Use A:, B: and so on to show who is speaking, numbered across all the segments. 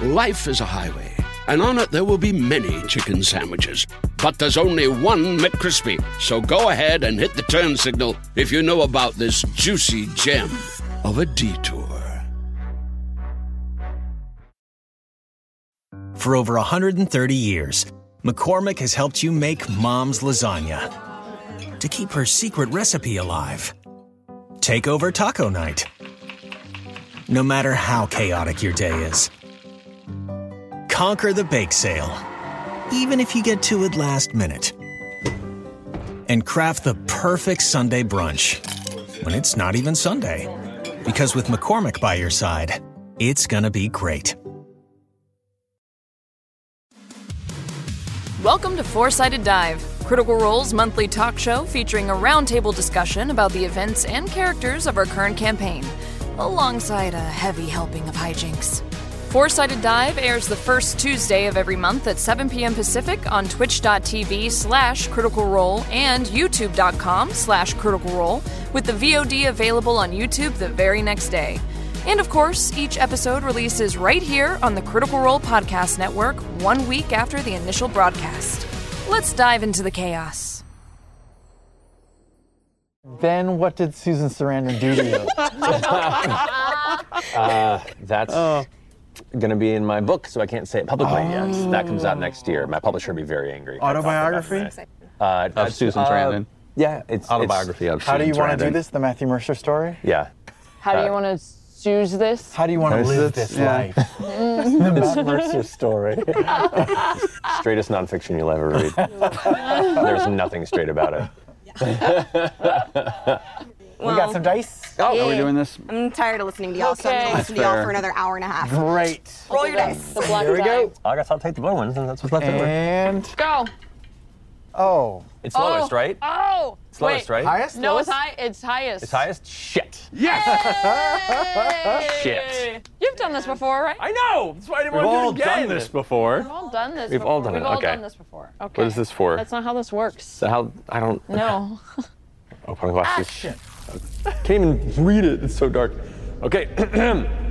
A: Life is a highway, and on it there will be many chicken sandwiches. But there's only one McCrispy. So go ahead and hit the turn signal if you know about this juicy gem of a detour.
B: For over 130 years, McCormick has helped you make mom's lasagna to keep her secret recipe alive. Take over taco night. No matter how chaotic your day is, conquer the bake sale, even if you get to it last minute. And craft the perfect Sunday brunch when it's not even Sunday. Because with McCormick by your side, it's gonna be great.
C: Welcome to Four Sided Dive, Critical Role's monthly talk show featuring a roundtable discussion about the events and characters of our current campaign, alongside a heavy helping of hijinks. Four Sided Dive airs the first Tuesday of every month at 7 p.m. Pacific on twitch.tv slash critical role and youtube.com slash critical role, with the VOD available on YouTube the very next day. And of course, each episode releases right here on the Critical Role Podcast Network one week after the initial broadcast. Let's dive into the chaos.
D: Then what did Susan Sarandon do to you?
E: Uh, that's
F: Oh.
E: going to be in my book, so I can't say it publicly
F: Oh.
E: yet. That comes out next year. My publisher will be very angry.
D: Autobiography?
E: Uh,
F: Of Susan Sarandon.
E: Yeah, it's
F: Autobiography
E: It's,
F: of Susan
D: How do you want to do
F: Sarandon.
D: this? The Matthew Mercer story?
E: yeah,
G: How do you want to choose this? Mm.
D: How do you want to
F: This is-
D: live this
F: yeah.
D: life? the Matt Mercer story.
E: straightest nonfiction you'll ever read. There's nothing straight about it.
D: we got some dice.
F: Oh, are we doing this?
H: I'm tired of listening to y'all, so I'm
G: Okay.
H: gonna listen to
F: Fair.
H: y'all for another hour and a half.
D: Great.
H: Roll your dice.
G: The black Here we go.
E: I guess I'll take the blue ones, and that's what's left over.
D: And
G: Go.
D: oh,
E: It's lowest, right?
G: Oh.
E: It's lowest, right?
G: wait.
D: highest.
G: No,
D: lowest?
G: it's high. It's highest.
E: It's highest. Shit.
G: Yes.
E: Shit.
G: You've done this before, right?
E: I know. That's why I didn't
F: We've all
E: want to do it again.
F: done this before.
G: We've all done this.
E: We've
G: before.
E: all done it,
G: We've all
E: okay.
G: done this before. Okay.
F: What is this for?
G: That's not how this works.
E: So how? I don't.
G: No.
E: I'll Oh, probably watch this. Can't even read it. It's so dark. Okay.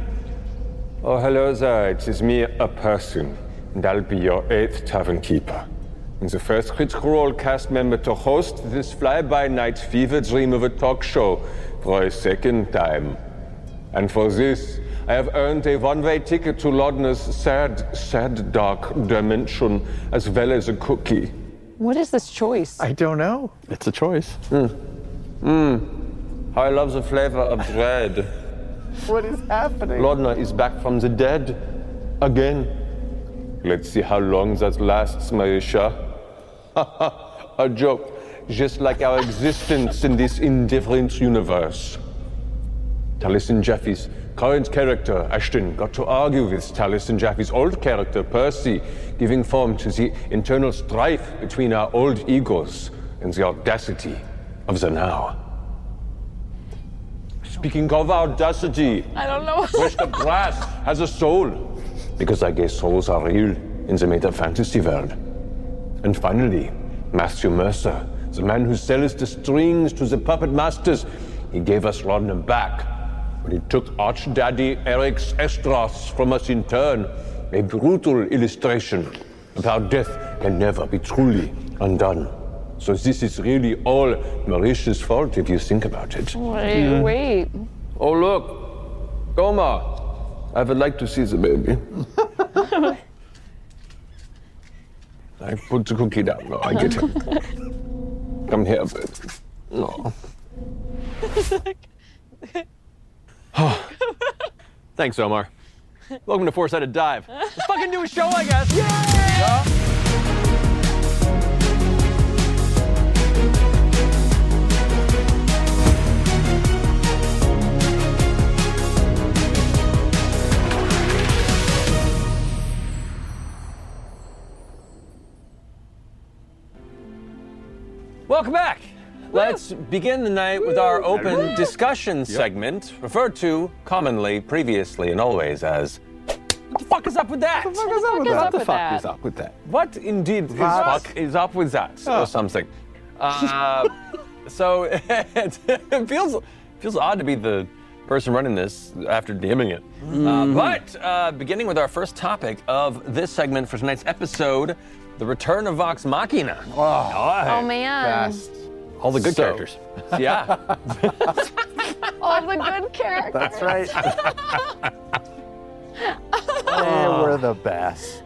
I: Oh, hello there. It is me, a person, and I'll be your eighth tavern keeper. And the first critical role cast member to host this fly by night fever dream of a talk show for a second time. And for this, I have earned a one way ticket to Laudner's sad, sad dark dimension, as well as a cookie.
G: What is this choice?
D: I don't know.
F: It's a choice.
I: I love the flavor of bread.
D: What is happening?
I: Lodna is back from the dead again. Let's see how long that lasts, Marisha. A joke, just like our existence in this indifferent universe. Taliesin Jaffe's current character, Ashton, got to argue with Taliesin Jaffe's old character, Percy, giving form to the internal strife between our old egos and the audacity of the now. Speaking of audacity,
G: I don't know.
I: Wish the grass has a soul. Because I guess souls are real in the made-up fantasy world. And finally, Matthew Mercer, the man who sells the strings to the puppet masters, he gave us Rodnum back. But he took Archdaddy Eric's Estras from us in turn, a brutal illustration of how death can never be truly undone. So this is really all Marisha's fault if you think about it.
G: Wait. Wait.
I: Oh, look, Goma. I would like to see the baby. I put the cookie down. No, I get it. Come here, baby. No.
E: Thanks, Omar. Welcome to Four Sided Dive. Let's fucking do a show, I guess. Welcome back. Let's begin the night with our open discussion segment, referred to commonly, previously, and always as. What the fuck is up with that?
G: What is up
F: the
G: with
F: fuck
G: that?
F: is up with that?
E: What indeed is,
D: Fuck. Oh.
E: fuck is up with that or something? Uh, so it, feels feels odd to be the person running this after DMing it. Uh,
D: Mm-hmm.
E: but uh, beginning with our first topic of this segment for tonight's episode, the return of Vox Machina.
G: Oh man.
E: All the
F: good characters.
E: Yeah.
G: All the good characters.
D: That's right. they were the best.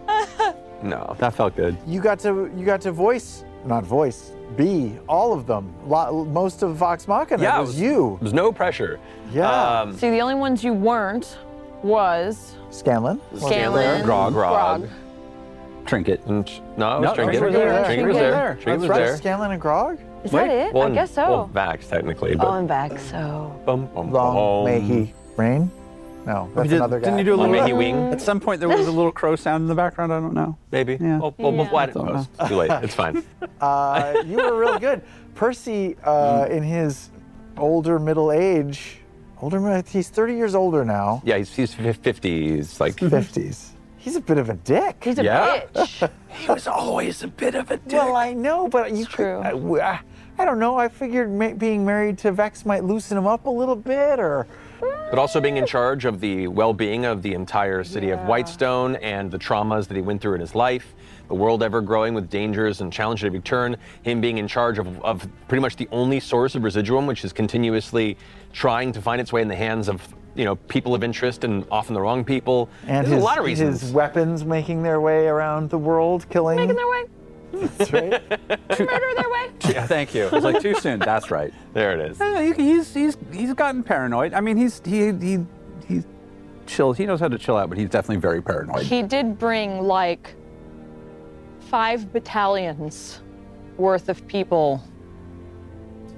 E: no.
F: That felt good.
D: You got to you got to voice, not voice, be all of them. Lo- most of Vox Machina
E: Yeah, it
D: was,
E: was-
D: you.
E: There's no pressure.
D: Yeah.
E: Um,
G: See, the only ones you weren't was
D: Scanlan. was
G: Scanlan,
E: Grog, Grog.
G: Grog.
F: Trinket.
E: and Tr- no, it was
F: No,
E: Trinket.
F: Trinket was there.
E: Trinket was there.
D: That's
E: Trinket was
D: right.
E: there.
D: Scanlan and Grog.
G: Is
F: Wait,
G: that it?
E: Well,
G: I guess so.
E: Well, Vax, technically.
G: oh,
E: But
G: I'm back. So
E: bum, bum,
D: Long
E: bum. Mm.
D: may he reign. No, that's
F: Did,
D: another guy.
F: Didn't you do a
E: Long
F: little
E: may he wing.
F: At some point, there was a little crow sound in the background. I don't know.
E: Maybe.
F: Yeah.
E: Oh, well,
G: Yeah.
E: why didn't post? Too late. It's fine.
D: Uh, you were really good. Percy, uh, in his older middle age, older, mi- he's 30 years older now,
E: Yeah, he's, he's 50s. Like,
D: 50s. He's a bit of a dick.
G: he's a
E: Yeah.
G: bitch.
E: he was always a bit of a dick.
D: well, I know, but you
G: true.
D: could, I, w- I- I don't know. I figured ma- being married to Vex might loosen him up a little bit, or
E: but also being in charge of the well-being of the entire city of Whitestone and the traumas that he went through in his life, the world ever growing with dangers and challenges at every turn, him being in charge of, of pretty much the only source of residuum, which is continuously trying to find its way in the hands of you know people of interest and often the wrong people.
D: and
E: There's
D: his,
E: a lot of reasons.
D: his weapons making their way around the world, killing.
G: Making their way,
D: That's right.
G: murder their way.
F: Yeah, thank you. It was like too soon. That's right.
E: there it is.
F: Yeah, he- he's he's he's gotten paranoid. I mean, he's he he he chill. He knows how to chill out, but he's definitely very paranoid.
G: He did bring like five battalions worth of people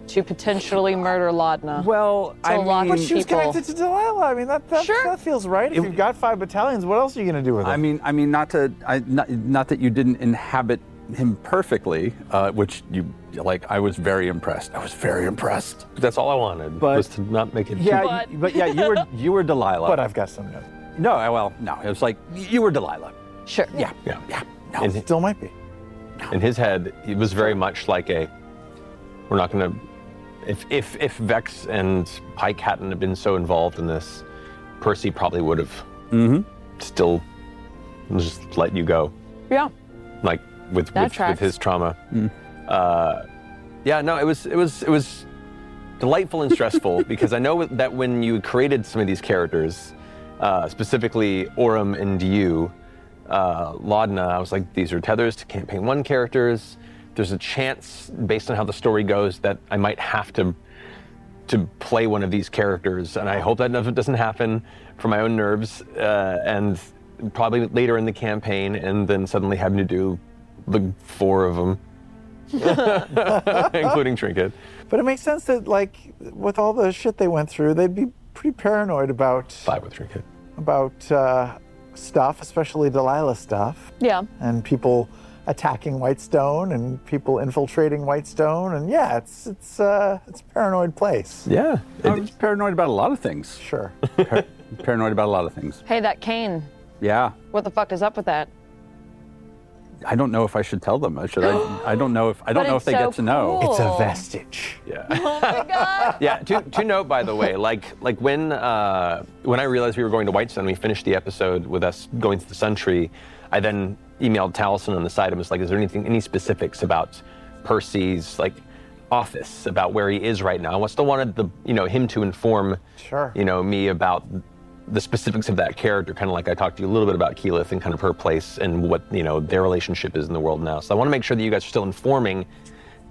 G: to potentially murder Laudna.
F: Well,
G: a lot.
D: But she was
G: People.
D: connected to Delilah. I mean, that that,
G: Sure.
D: that feels right. If
F: It-
D: you've got five battalions, what else are you going to do with it?
F: I mean, I mean, not to, I, not, not that you didn't inhabit him perfectly, uh, which you like. I was very impressed. I was very impressed.
E: That's all I wanted
F: But-
E: was to not make it.
F: Yeah,
E: too-
F: y- but, yeah, you were you were Delilah.
D: but I've got some notes.
F: no, I- well, no, it was like y- you were Delilah.
G: Sure.
F: Yeah, yeah, yeah. No.
E: And-
D: Still might be.
E: in his head, it was very much like a, we're not going to, if, if, if Vex and Pike hadn't have been so involved in this, Percy probably would have still just let you go,
G: Yeah.
E: like with, with,
G: That
E: with
G: tracks.
E: his trauma. Uh, yeah, no, it was, it was, it was delightful and stressful because I know that when you created some of these characters, uh, specifically Orem and you, uh, Laudna, I was like, these are tethers to campaign one characters. There's a chance, based on how the story goes, that I might have to to play one of these characters, and I hope that doesn't doesn't happen for my own nerves. Uh, and probably later in the campaign, and then suddenly having to do the four of them, including Trinket.
D: But it makes sense that, like, with all the shit they went through, they'd be pretty paranoid about
E: Five with Trinket.
D: about uh, stuff, especially Delilah stuff,
G: Yeah.
D: and people attacking Whitestone and people infiltrating Whitestone, and yeah, it's it's uh, it's a paranoid place.
E: Yeah.
F: I was paranoid about a lot of things.
D: Sure.
F: Par- paranoid about a lot of things.
G: Hey, that cane.
F: Yeah.
G: What the fuck is up with that?
F: I don't know if I should tell them. I Should I? I don't know if I don't
G: But
F: know if
G: it's
F: they
G: so
F: get to know.
G: cool.
D: It's a vestige.
E: yeah.
G: Oh my god.
E: yeah. To, to note, by the way, like like when uh, when I realized we were going to Whitestone, we finished the episode with us going to the Sun Tree. I then emailed Taliesin on the side and was like, "Is there anything, any specifics about Percy's like office, about where he is right now?" I still wanted the you know him to inform
D: Sure.
E: you know me about the specifics of that character, kind of like I talked to you a little bit about Keyleth and kind of her place and what you know their relationship is in the world now. So I want to make sure that you guys are still informing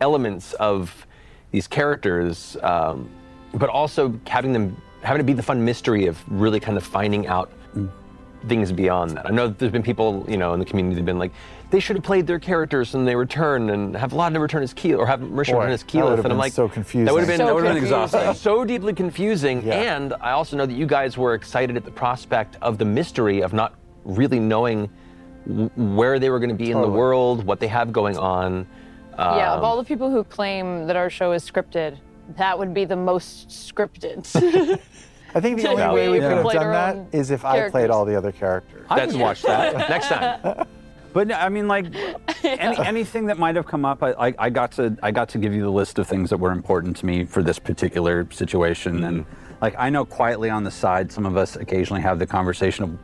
E: elements of these characters, um, but also having them having to be the fun mystery of really kind of finding out things beyond that. I know that there's been people, you know, in the community that've been like, they should have played their characters and they return and have Laudna return as Keel or have Marisha
D: Boy,
E: return as
D: that would have
E: Keyleth. And
D: been
E: I'm like,
D: so
E: That would
D: confusing.
E: have been,
G: So
E: that would have been
G: confusing.
E: exhausting. so deeply confusing.
D: Yeah.
E: And I also know that you guys were excited at the prospect of the mystery of not really knowing w- where they were going to be in the world, what they have going on. um,
G: yeah, of all the people who claim that our show is scripted, that would be the most scripted.
D: I think the only
G: Yeah.
D: way we
G: Yeah.
D: could have
G: Played
D: done
G: our
D: that
G: own
D: is if I played
G: characters.
D: all the other characters.
F: I
E: That's
F: would
E: watch that next time.
F: But no, I mean, like any, anything that might have come up, I, I, I got to I got to give you the list of things that were important to me for this particular situation, and Like I know quietly on the side, some of us occasionally have the conversation of,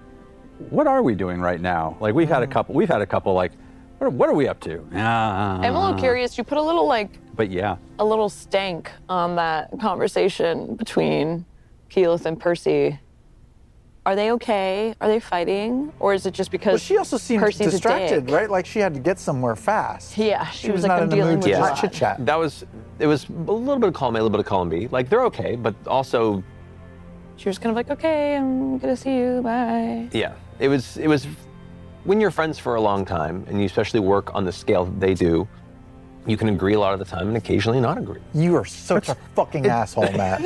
F: what are we doing right now? Like we've had
G: Mm.
F: a couple. We've had a couple like, what, what are we up to? Ah,
G: I'm a
E: Uh-huh.
G: little curious. You put a little like
F: But yeah,
G: a little stank on that conversation between Keyleth and Percy. Are they okay? Are they fighting, or is it just because
D: But she also seemed
G: Percy's a
D: distracted,
G: dick?
D: right? Like she had to get somewhere fast.
G: Yeah, she,
D: She was
G: like
D: not
G: I'm
D: in the
G: dealing
D: mood
G: with
D: to
G: a
E: Yeah.
D: just
G: lot.
D: chit chat.
E: That was it was a little bit of column A, a little bit of column B. Like they're okay, but also
G: She was kind of like, okay, I'm gonna see you, bye.
E: yeah, it was it was when you're friends for a long time and you especially work on the scale that they do, you can agree a lot of the time and occasionally not agree.
D: You are such a fucking asshole, Matt.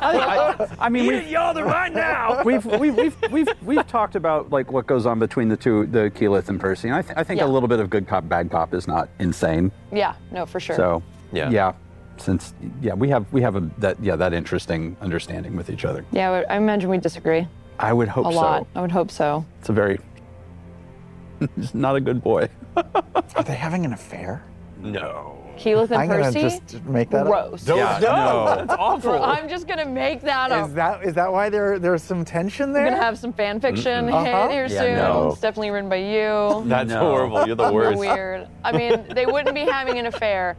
F: I, I mean, we
E: Y'all, they're mine now.
F: we've, we've, we've, we've, we've talked about like what goes on between the two, the Keyleth and Percy. And I, th- I think
G: Yeah.
F: a little bit of good cop, bad cop is not insane.
G: Yeah, no, for sure.
F: So
E: Yeah.
F: yeah. Since yeah, we have we have a, that yeah that interesting understanding with each other.
G: yeah, I would- I imagine we disagree
F: I would hope
G: a lot.
F: so.
G: I would hope so.
F: It's a very he's not a good boy.
D: Are they having an affair?
E: No.
G: Keyleth and
D: I'm gonna
G: Percy,
D: just make that up.
G: gross.
F: Yeah, no.
E: That's awful.
G: I'm just gonna make that up.
D: Is that is that why there there's some tension
G: We're
D: there?
G: gonna have some fan fiction
D: Uh-huh.
G: here
F: Yeah,
G: soon.
F: no.
G: It's definitely written by you.
E: That's
F: No.
E: horrible. You're the worst.
G: Weird. I mean, they wouldn't be having an affair.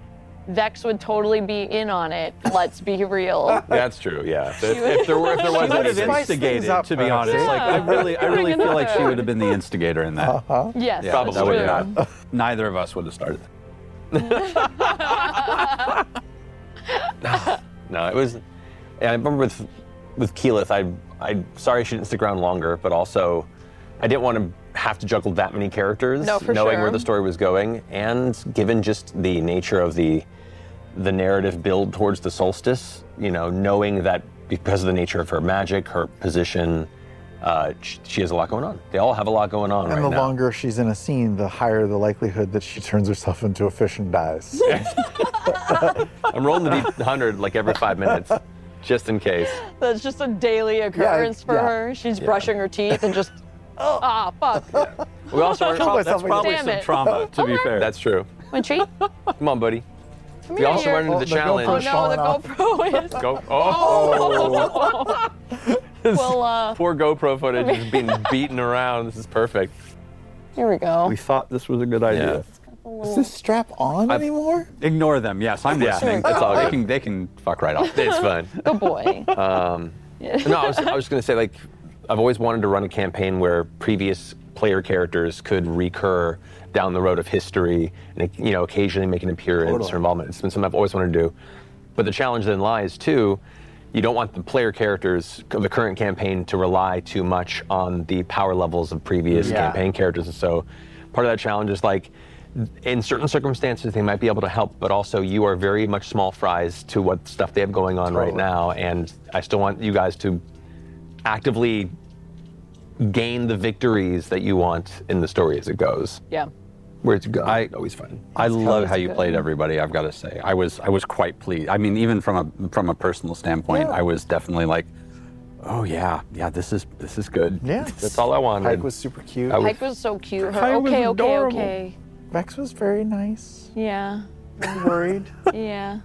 G: Vex would totally be in on it. Let's be real.
E: That's true. Yeah. If, if there were, if there was
F: She would have
E: anything-
D: spiced things
F: instigated,
D: up,
F: to be
D: perhaps.
F: honest. Like I
G: Yeah.
F: really, I really
G: Bring it
F: feel like she
G: up.
F: would have been the instigator in that.
G: Yes,
F: Yeah,
G: that's
F: that
G: true.
F: would not. Neither of us would have started.
E: No, it was. Yeah, I remember with with Keyleth, I I sorry she didn't stick around longer, but also I didn't want to have to juggle that many characters,
G: No, for
E: knowing
G: sure.
E: where the story was going, and given just the nature of the the narrative build towards the solstice, you know, knowing that because of the nature of her magic, her position, uh, she, she has a lot going on. They all have a lot going on
D: and
E: right
D: the
E: now.
D: longer she's in a scene, the higher the likelihood that she turns herself into a fish and dies.
E: I'm rolling the D100 like every five minutes, just in case.
G: That's just a daily occurrence for
D: yeah.
G: her. She's brushing her teeth and just, ah, fuck.
E: We also are,
D: myself
E: that's
D: again.
E: probably
G: Damn
E: some
G: it.
E: trauma.
F: To be fair,
E: That's true.
G: My treat?
E: Come on, buddy.
G: Come
E: We
G: here.
E: also run into
D: Oh,
E: the
D: the GoPro's
G: oh
E: challenge.
G: no, the
D: falling off.
G: GoPro is.
E: Go. Oh.
G: Well, uh,
E: Poor GoPro footage is being beaten around. This is perfect.
G: here we go. Oh.
F: we thought this was a good idea.
E: Yeah.
D: Is this strap on anymore?
F: Ignore them. Yes, I'm
E: Yeah,
F: listening.
E: that's all
F: They
E: good.
F: can, they can fuck right off.
E: It's fun.
G: Good boy.
E: Um, No, I was, I was going to say like, I've always wanted to run a campaign where previous player characters could recur down the road of history and you know occasionally make an appearance or involvement. It's been something I've always wanted to do. But the challenge then lies too. You don't want the player characters of the current campaign to rely too much on the power levels of previous
D: Yeah.
E: campaign characters. And so part of that challenge is like, in certain circumstances, they might be able to help, but also you are very much small fries to what stuff they have going on right now. And I still want you guys to actively gain the victories that you want in the story as it goes.
G: yeah.
E: Where it's go,
F: I-
E: always fun.
F: I love how you played everybody. I've got to say, I was I was quite pleased. I mean, even from a from a personal standpoint, I was definitely like, oh yeah, yeah, this is this is good.
D: Yeah.
E: That's all I wanted.
D: Pike was super cute.
E: I would-
G: Pike was so cute. Her,
F: Pike was
G: okay, okay,
F: adorable.
G: okay.
D: Vex was very nice.
G: Yeah,
D: I'm worried.
G: yeah.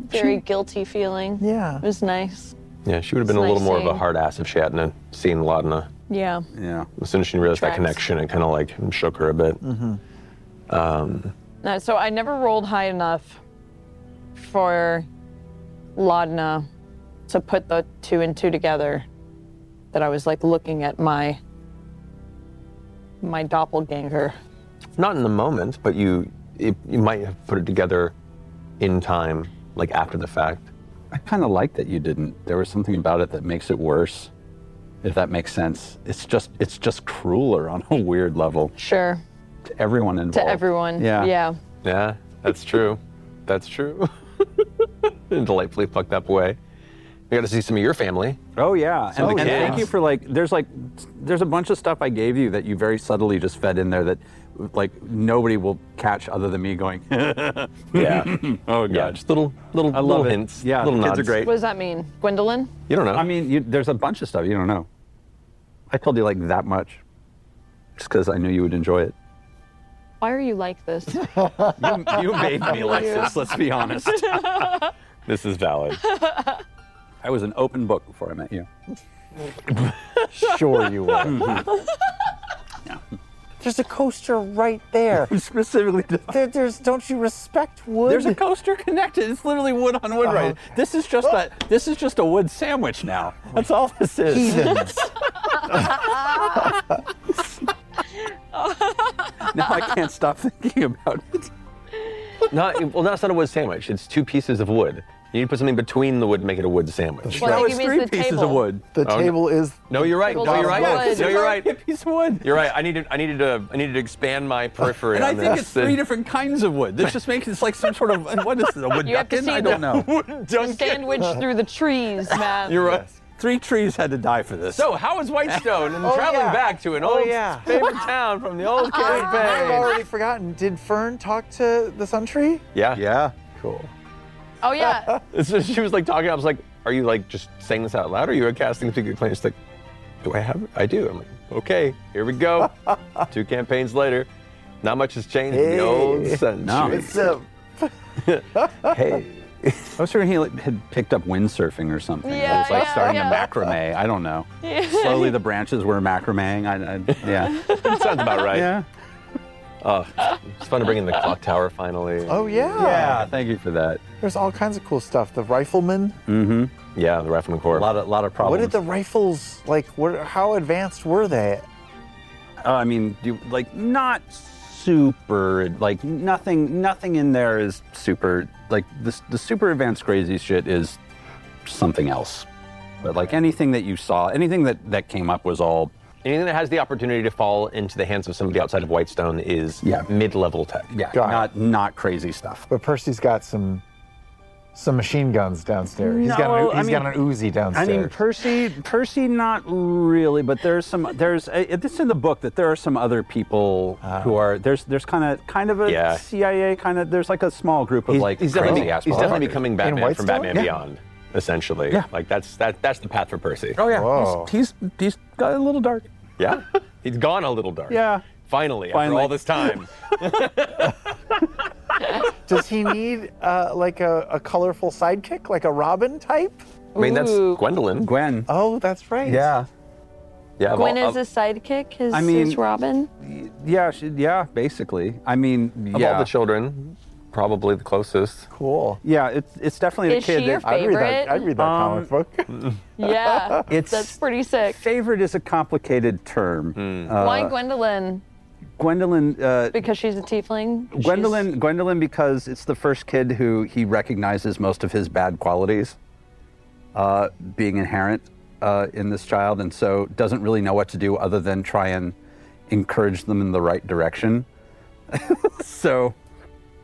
G: Very guilty feeling.
D: Yeah.
G: It was nice.
E: yeah, she would have been a
G: It's
E: little
G: nice
E: more of a
G: seeing-
E: hard ass if she hadn't seen Laudna.
G: Yeah.
F: Yeah.
E: As soon as she realized
G: Tracks.
E: that connection, it kind of like shook her a bit. Um,
G: No, so I never rolled high enough for Laudna to put the two and two together that I was like looking at my my doppelganger.
E: Not in the moment, but you it, you might have put it together in time, like after the fact.
F: I kind of like that you didn't. There was something about it that makes it worse, if that makes sense. It's just it's just crueler on a weird level
G: Sure.
F: to everyone involved.
G: To everyone.
F: Yeah.
G: Yeah.
E: Yeah, that's true. that's true. in a delightfully fucked up way. We got to see some of your family.
F: Oh yeah, and,
E: of the
F: and thank
E: kids.
F: you for like. There's like, there's a bunch of stuff I gave you that you very subtly just fed in there that, like, nobody will catch other than me going.
E: Yeah.
F: oh
E: Yeah, just little little
F: I love
E: little
F: it.
E: hints.
F: Yeah,
E: little
F: kids are
E: nods.
F: great.
G: What does that mean? Gwendolyn?
E: You don't know.
F: I mean, you, there's a bunch of stuff you don't know. I told you like that much, just because I knew you would enjoy it.
G: Why are you like this?
F: You, you made me like this. Let's be honest.
E: this is valid.
F: I was an open book before I met you.
D: Sure you were.
F: Mm-hmm.
D: There's a coaster right there.
F: Specifically,
D: there. There's don't you respect wood? Uh-huh.
F: there's a coaster connected. It's literally wood on wood, right? This is just a
D: Oh.
F: this is just a wood sandwich now. That's all this is.
D: heathens.
F: now I can't stop thinking about it.
E: Not well. That's not a wood sandwich. It's two pieces of wood. You need to put something between the wood to make it a wood sandwich. Oh,
G: Well, I
F: That
G: think
F: was
G: he means
F: three
G: the
F: pieces of
G: table.
F: wood.
D: The table is
E: No, you're right.
G: Well,
E: No, you're
G: that's
E: right.
G: wood.
E: No, you're right.
F: A piece of wood.
E: You're right. I needed. I needed to. I needed to expand my periphery.
F: And I
E: on
F: think
E: this.
F: it's three different kinds of wood. This just makes it like some sort of what is it? A wood
G: You have to
F: duckin?
G: see
F: I don't
G: the-
F: know.
G: Sandwiched through the trees, Matt.
F: You're right. Three trees had to die for this.
E: So how is Whitestone and traveling
D: Oh, yeah.
E: back to an
D: Oh,
E: old
D: yeah.
E: favorite town from the old
D: I've
E: campaign?
D: already forgotten. Did Fern talk to the Sun Tree?
E: yeah.
F: yeah, cool.
G: Oh yeah.
E: So she was like talking. I was like, "Are you like just saying this out loud? Or are you casting the claim?" She's like, "Do I have? It? I do." I'm like, "Okay, here we go." Two campaigns later, not much has changed. in
D: Hey.
E: The old
F: No.
E: century.
D: It's a
E: Hey,
F: I was sure he like, had picked up windsurfing or something. It
G: Yeah,
F: was like
G: yeah,
F: starting
G: yeah.
F: to macrame. I don't know. Slowly the branches were macrameing. I, I, yeah.
E: sounds about right.
F: yeah.
E: Oh, It's fun to bring in the clock tower finally.
D: oh yeah.
F: Yeah. Thank you for that.
D: There's all kinds of cool stuff. The rifleman.
E: Mm-hmm. Yeah, the Rifleman
F: A
E: Corps.
F: lot of lot of
D: What
F: problems.
D: did the rifles like? What? How advanced were they?
F: Uh, I mean, do, like not super, like nothing, nothing in there is super. Like this, the super advanced crazy shit is something else. But like anything that you saw, anything that that came up was all
E: Anything that has the opportunity to fall into the hands of somebody outside of Whitestone is
F: Yeah.
E: mid-level tech.
F: yeah,
D: Got it.
F: not not crazy stuff.
D: But Percy's got some some machine guns downstairs. he's got an,
F: No,
D: he's
F: I
D: got
F: mean-
D: an Uzi downstairs.
F: I mean, Percy, Percy, not really, but there's some, there's, uh, this in the book that there are some other people who are, there's, there's kind of, kind of a
E: Uh-huh. Yeah.
F: CIA kind of, there's like a small group of like
E: he's
F: crazy
E: definitely,
F: ass
E: he's definitely
F: motherfuckers.
E: becoming Batman from
D: Whitestone?
E: Batman
D: Yeah.
E: Beyond, essentially.
F: Yeah.
E: Like that's that that's the path for Percy.
F: Oh yeah,
D: Whoa.
F: he's, he's he's got a little dark.
E: Yeah, he's gone a little dark.
F: Yeah.
E: Finally,
F: Finally.
E: after all this time.
D: Does he need uh, like a, a colorful sidekick, like a Robin type?
E: I mean, that's
G: Ooh.
E: Gwendolyn.
F: Gwen.
D: Oh, that's right.
E: Yeah, of
G: Gwen
E: all-
G: is his sidekick. His,
F: I mean-
G: his Robin.
F: yeah, she, yeah. Basically, I mean,
E: of
F: yeah,
E: all the children, probably the closest.
D: Cool.
F: yeah. It's it's definitely
G: Is
F: the kid.
G: she your
F: that,
D: I'd read that.
G: Favorite?
D: I'd read that comic book.
G: Yeah.
F: It's-
G: that's pretty sick.
F: favorite is a complicated term.
E: Hmm.
F: Uh,
G: Why Gwendolyn?
F: Gwendolyn. Uh,
G: Because she's a tiefling. She's-
F: Gwendolyn. Gwendolyn, because it's the first kid who he recognizes most of his bad qualities uh, being inherent uh, in this child, and so doesn't really know what to do other than try and encourage them in the right direction. so.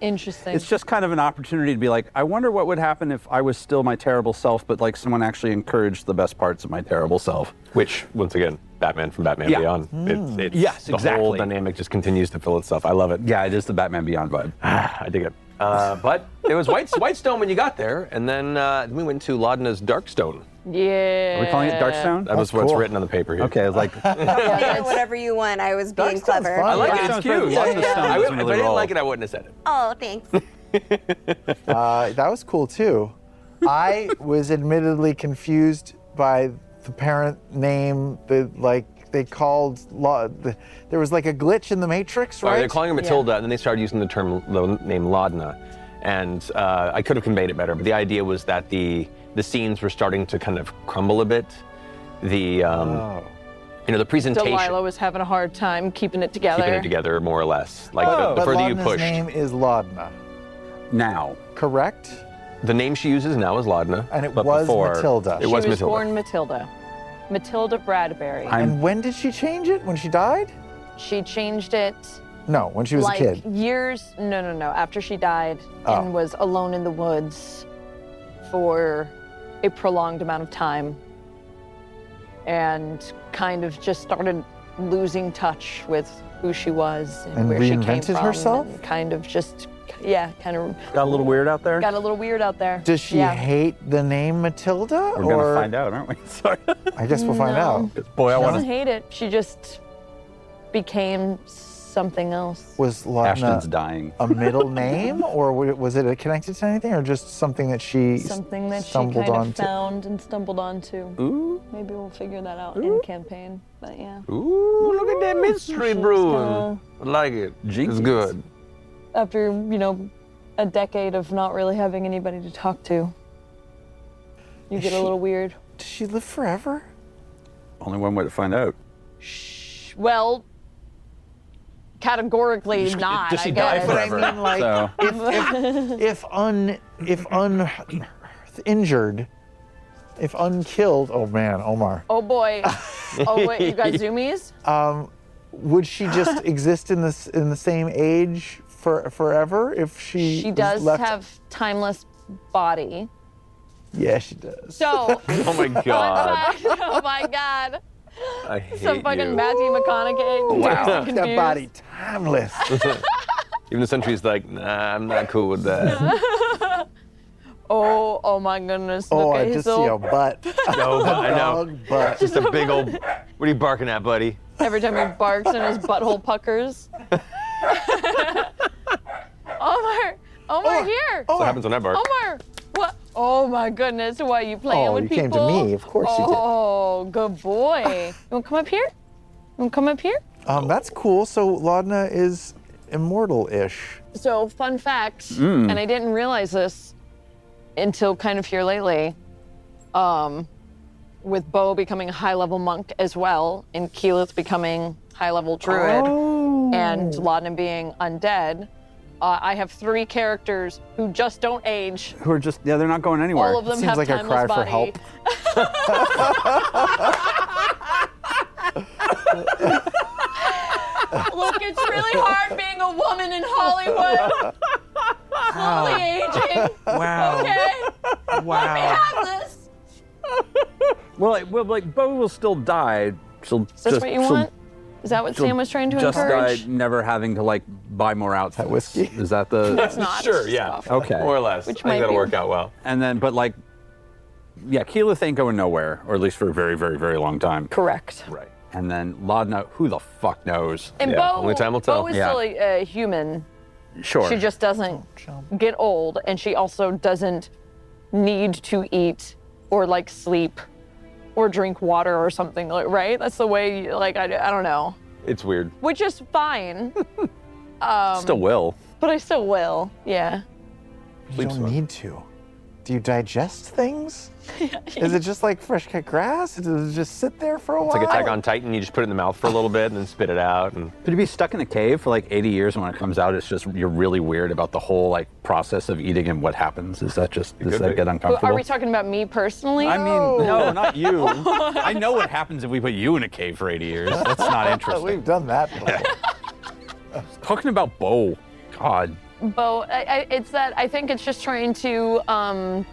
G: Interesting.
F: It's just kind of an opportunity to be like, I wonder what would happen if I was still my terrible self, but like someone actually encouraged the best parts of my terrible self.
E: Which, once again, Batman from Batman
F: Yeah.
E: Beyond. It's, it's,
F: Yes,
E: the whole
F: exactly.
E: dynamic just continues to fill itself. I love it.
F: Yeah, it is the Batman Beyond vibe.
E: I dig it. Uh, but it was White, Whitestone when you got there, and then uh, we went to Laudna's Darkstone.
G: yeah.
F: Are we calling it Darkstone?
E: That was what's written on the paper here.
F: Oh, Okay, like
H: You know, whatever you want. I was being
D: Darkstone's
H: clever.
D: fun.
E: I like it.
F: Darkstone's
E: It's cute.
F: pretty- Laudna's Stone
E: I,
F: doesn't
E: would- if I
F: really
E: didn't
F: roll.
E: like it, I wouldn't have said it.
H: Oh, thanks.
D: Uh, that was cool too. I was admittedly confused by the parent name. The like they called law. The, there was like a glitch in the matrix,
E: Sorry,
D: right?
E: Oh, they're calling her Matilda, and then they started using the term the name Laudna, and uh, I could have conveyed it better. But the idea was that the the scenes were starting to kind of crumble a bit. The um,
F: Oh.
E: you know the presentation
G: Delilah was having a hard time keeping it together.
E: keeping it together more or less. Like the, the
D: but
E: further you
D: Laudna's
E: pushed,
D: name is Laudna,
F: now.
D: correct?
E: the name she uses now is Laudna,
D: And it
F: But
D: was
F: before-
D: Matilda.
E: It
G: She
E: was
G: was,
E: Matilda.
G: born Matilda. Matilda Bradbury.
F: I'm-
D: and when did she change it? When she died?
G: she changed it
D: No, when she was
G: like
D: a kid.
G: years. No, no, no. After she died
D: Oh.
G: and was alone in the woods for a prolonged amount of time, and kind of just started losing touch with who she was and,
D: And
G: where she came
D: reinvented
G: from.
D: herself?
G: and kind of just, yeah, kind of
F: Got a little weird out there.
G: got a little weird out there.
D: Does she
G: Yeah.
D: hate the name Matilda?
F: We're
D: or
F: gonna find out, aren't we? Sorry.
D: I guess we'll find out.
F: Boy, I
G: She
F: want
G: doesn't hate it. She just became something else.
D: Was Lana
F: Ashton's dying.
D: a middle name, or wa- was it connected to anything, or just something that she s-
G: Something that she
D: stumbled
G: kind of
D: onto?
G: found and stumbled onto.
F: Ooh,
G: Maybe we'll figure that out in campaign. But yeah.
F: ooh,
E: Look at that mystery brewing. I like it.
F: Jinkies.
E: It's good.
G: After, you know, a decade of not really having anybody to talk to, you get a little weird.
D: Did she live forever?
F: Only one way to find out.
G: Well, categorically not.
E: does she
G: I
E: die
G: guess.
E: forever?
D: But I mean, like,
F: So-
D: if, if, if un, if un, injured, if unkilled, oh man, Omar,
G: Oh boy. Oh wait, you got zoomies?
D: Um, would she just exist in this in the same age for forever? If she
G: She
D: was
G: does
D: left,
G: have timeless body.
D: yeah, she does.
G: So,
E: Oh my god.
G: oh my god.
E: I hate
G: Some fucking
E: you.
G: Matthew McConaughey.
E: Wow.
G: Confused.
D: That body timeless.
E: Even the sentry's like, nah, I'm not cool with that.
G: Oh, oh my goodness.
D: oh,
G: Look at
D: I
G: his
D: just see
G: little-
D: a butt,
E: no, but I know.
D: dog butt.
E: Just a big old. What are you barking at, buddy?
G: Every time he barks and his butthole puckers. Omar, Omar, here.
E: That's what happens when I bark.
G: Omar, what? Oh my goodness, why are you playing
D: Oh,
G: with
D: you
G: people?
D: came to me. Of course you did.
G: Oh, good boy. You wanna come up here? You wanna come up here?
D: Um, that's cool. So Laudna is immortal-ish.
G: So, fun fact,
D: Mm.
G: and I didn't realize this until kind of here lately, um, with Bo becoming a high level monk as well, and Keyleth becoming high level druid, and Laudanum being undead. Uh, I have three characters who just don't age.
F: Who are just yeah? They're not going anywhere.
G: All of them
D: Seems
G: have
D: like a
G: timeless
D: cry for
G: body.
D: help.
G: Look, it's really hard being a woman in Hollywood. Slowly aging.
J: Wow.
G: Okay,
J: Wow.
G: have this.
F: Well, like, well, like Bo will still die. She'll
G: Is this
F: just,
G: what you
F: she'll
G: want? Is that what
F: she'll
G: Sam was trying to
F: just
G: encourage?
F: died, never having to like buy more outfits. That
D: whiskey?
F: Is that the?
G: not.
E: Sure, yeah.
F: Okay.
E: More or less.
G: Which
E: I
G: might
E: think that'll
G: be-
E: work out well.
F: and then, but like, yeah, Keyleth ain't going nowhere, or at least for a very, very, very long time.
G: Correct.
F: Right. And then Laudna, who the fuck knows?
G: And
E: Yeah,
G: Bo,
E: only time will
G: Bo
E: tell.
G: is
F: Yeah.
G: still a, a human.
F: Sure.
G: She just doesn't get old, and she also doesn't need to eat or like sleep or drink water or something, like- right? That's the way, like, I, I don't know.
E: It's weird.
G: Which is fine, Um,
F: still will.
G: but I still will. Yeah.
D: You don't need to. Do you digest things? Is it just like fresh cut grass? Does it just sit there for a
E: It's
D: while?
E: like Attack on Titan. You just put it in the mouth for a little bit and then spit it out. And
F: But to be stuck in a cave for like 80 years, and when it comes out, it's just you're really weird about the whole like process of eating and what happens. Is that just does
E: could
F: that
E: be.
F: get
G: But
F: uncomfortable?
G: are we talking about me personally?
F: I mean, no, not you. I know what happens if we put you in a cave for 80 years. That's not interesting.
D: We've done that. before.
F: Talking about Bo, God,
G: Bo, I, I, it's that I think it's just trying to um,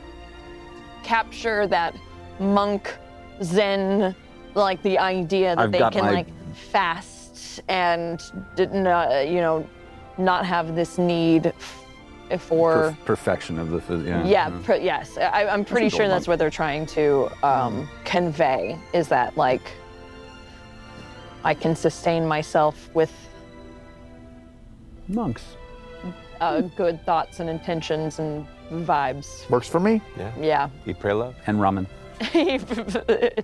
G: capture that monk Zen, like the idea that
F: I've
G: they
F: got
G: can
F: my-
G: like fast and didn't, uh, you know, not have this need f- for.
F: per- perfection of the phys- yeah.
G: yeah, pr- yes. I, I'm pretty
F: That's a
G: sure
F: good
G: that's
F: one.
G: what they're trying to um, convey is that, like, I can sustain myself with
F: monks.
G: uh, good thoughts and intentions and vibes.
D: Works for me.
G: Yeah.
E: eat, pray, love.
F: And ramen.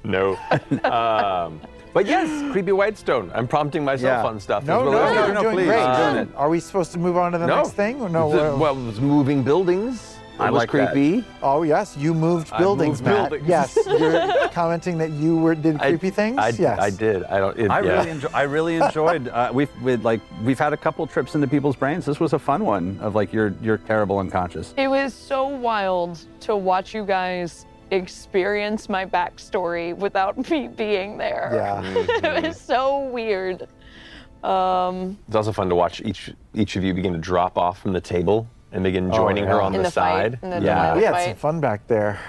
E: No. um, but yes, creepy Whitestone. I'm prompting myself
F: Yeah.
E: on stuff.
D: No,
E: That's
D: no,
E: what I'm
D: no,
E: doing.
D: you're doing
F: please.
D: great.
E: Uh,
D: You're doing it. Are we supposed to move on to the
E: No.
D: next thing? Or no?
E: The-
D: uh,
E: well, it was moving buildings. It
F: I
E: was
F: like that.
E: creepy.
D: oh yes, you moved
E: I
D: buildings,
E: moved
D: Matt.
E: buildings.
D: Yes, you're commenting that you were did
E: I-
D: creepy things.
E: I,
D: yes,
E: I did. I don't. It,
F: I
E: yeah.
F: really, enjoy, I really enjoyed. Uh, we've we'd, like we've had a couple trips into people's brains. This was a fun one of like you're you're terrible unconscious.
G: It was so wild to watch you guys experience my backstory without me being there.
D: Yeah.
G: it was so weird. Um,
E: It's also fun to watch each each of you begin to drop off from the table and begin joining
D: Oh, yeah.
E: her on
G: In
E: the,
G: the fight,
E: side.
G: in the
E: yeah.
D: We
G: dialogue.
D: had some
G: Right.
D: fun back there.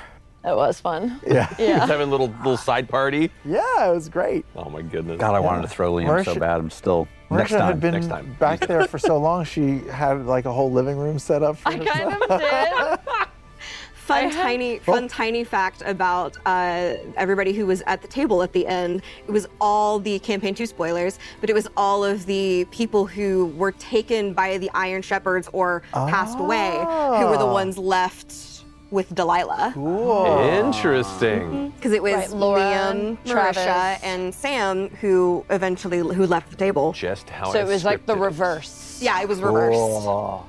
G: It was fun.
D: Yeah.
E: Just
G: Yeah.
E: having a little little side party.
D: Yeah, it was great.
E: Oh my goodness.
F: God, I wanted to throw Liam so
D: Marisha-
F: bad. I'm still next
D: Marisha
F: time.
D: had been
E: next time.
D: back there for so long, she had like a whole living room set up for
G: I
D: herself.
G: kind of did.
H: fun tiny
G: Oh.
H: fun tiny fact about uh, everybody who was at the table at the end. It was all the campaign two spoilers, but it was all of the people who were taken by the Iron Shepherds or passed away, who
G: Ah.
H: were the ones left with Delilah.
E: Interesting.
H: Because it was
G: Right, Laura,
H: Liam,
G: Travis.
H: Marisha, and Sam who eventually who left the table.
E: Just how
G: So
E: I
G: it was like the
E: scripted
G: reverse.
H: Yeah, it was reversed.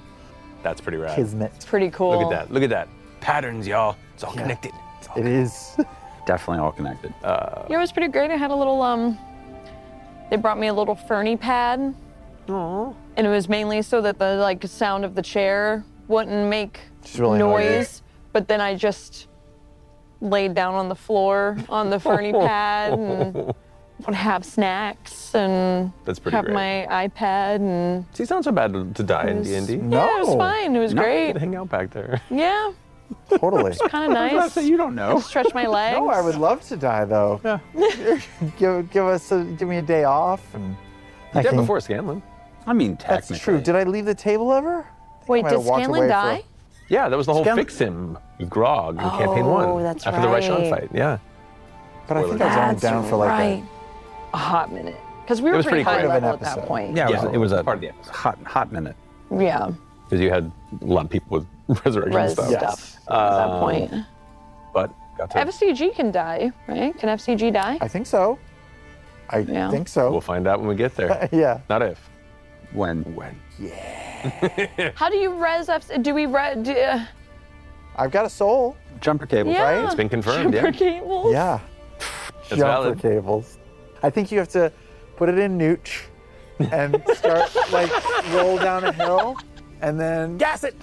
E: That's pretty rad.
D: Kismet.
G: Pretty cool.
E: Look at that. Look at that. Patterns, y'all. It's all connected. It's all
D: It is.
F: Definitely all connected.
E: Uh,
G: You know, it was pretty great. I had a little um. They brought me a little ferny pad. And it was mainly so that the like sound of the chair wouldn't make
D: She's really hungry.
G: noise. But then I just laid down on the floor on the ferny pad and would have snacks and
E: That's pretty
G: have
E: great.
G: my iPad and
E: See, it's not so bad to die in D&D.
D: No.
G: yeah, it was fine. It was great.
E: Hang out back there.
G: Yeah,
D: Totally.
G: kind of nice.
F: you don't know.
G: Stretch my legs.
D: No, I would love to die though. give give us a, give me a day off and. I
E: Yeah,
D: can-
E: before Scanlan.
F: I mean,
D: That's
F: technically.
D: true. Did I leave the table ever? I think I
G: Wait,
D: might
G: did
D: have walked away for-
G: Scanlan die?
E: Yeah, that was the whole
F: Scanlan-
E: fix him with Grog in campaign one.
G: Oh, that's
E: after the Raishan
G: right.
E: fight. Yeah.
D: But I think I was only
G: That's
D: down for like
G: right. a, hot minute because we were
E: was
G: pretty,
E: pretty
G: high
E: quick.
G: level
D: Of
G: at
D: an
G: that
D: episode.
G: point.
F: Yeah, it was,
E: Yeah.
F: it was a
E: Part of the episode.
F: hot, hot minute.
G: yeah,
E: Because you had a lot of people with resurrection
G: res
E: stuff.
D: Yeah.
G: stuff at that point.
E: But got to,
G: FCG can die, right? Can FCG die?
D: a. I think so. I
G: Yeah.
D: think so.
E: we'll find out when we get there.
D: yeah.
E: Not if.
F: When
E: When.
G: How do you res F? Do we res? Do, uh,
D: I've got a soul.
F: jumper cable.
G: yeah.
D: Right?
E: It's been confirmed,
G: Jumper
E: yeah.
G: cables?
D: Yeah.
E: That's
D: jumper
E: valid.
D: cables. I think you have to put it in nooch and start like roll down a hill and then gas it.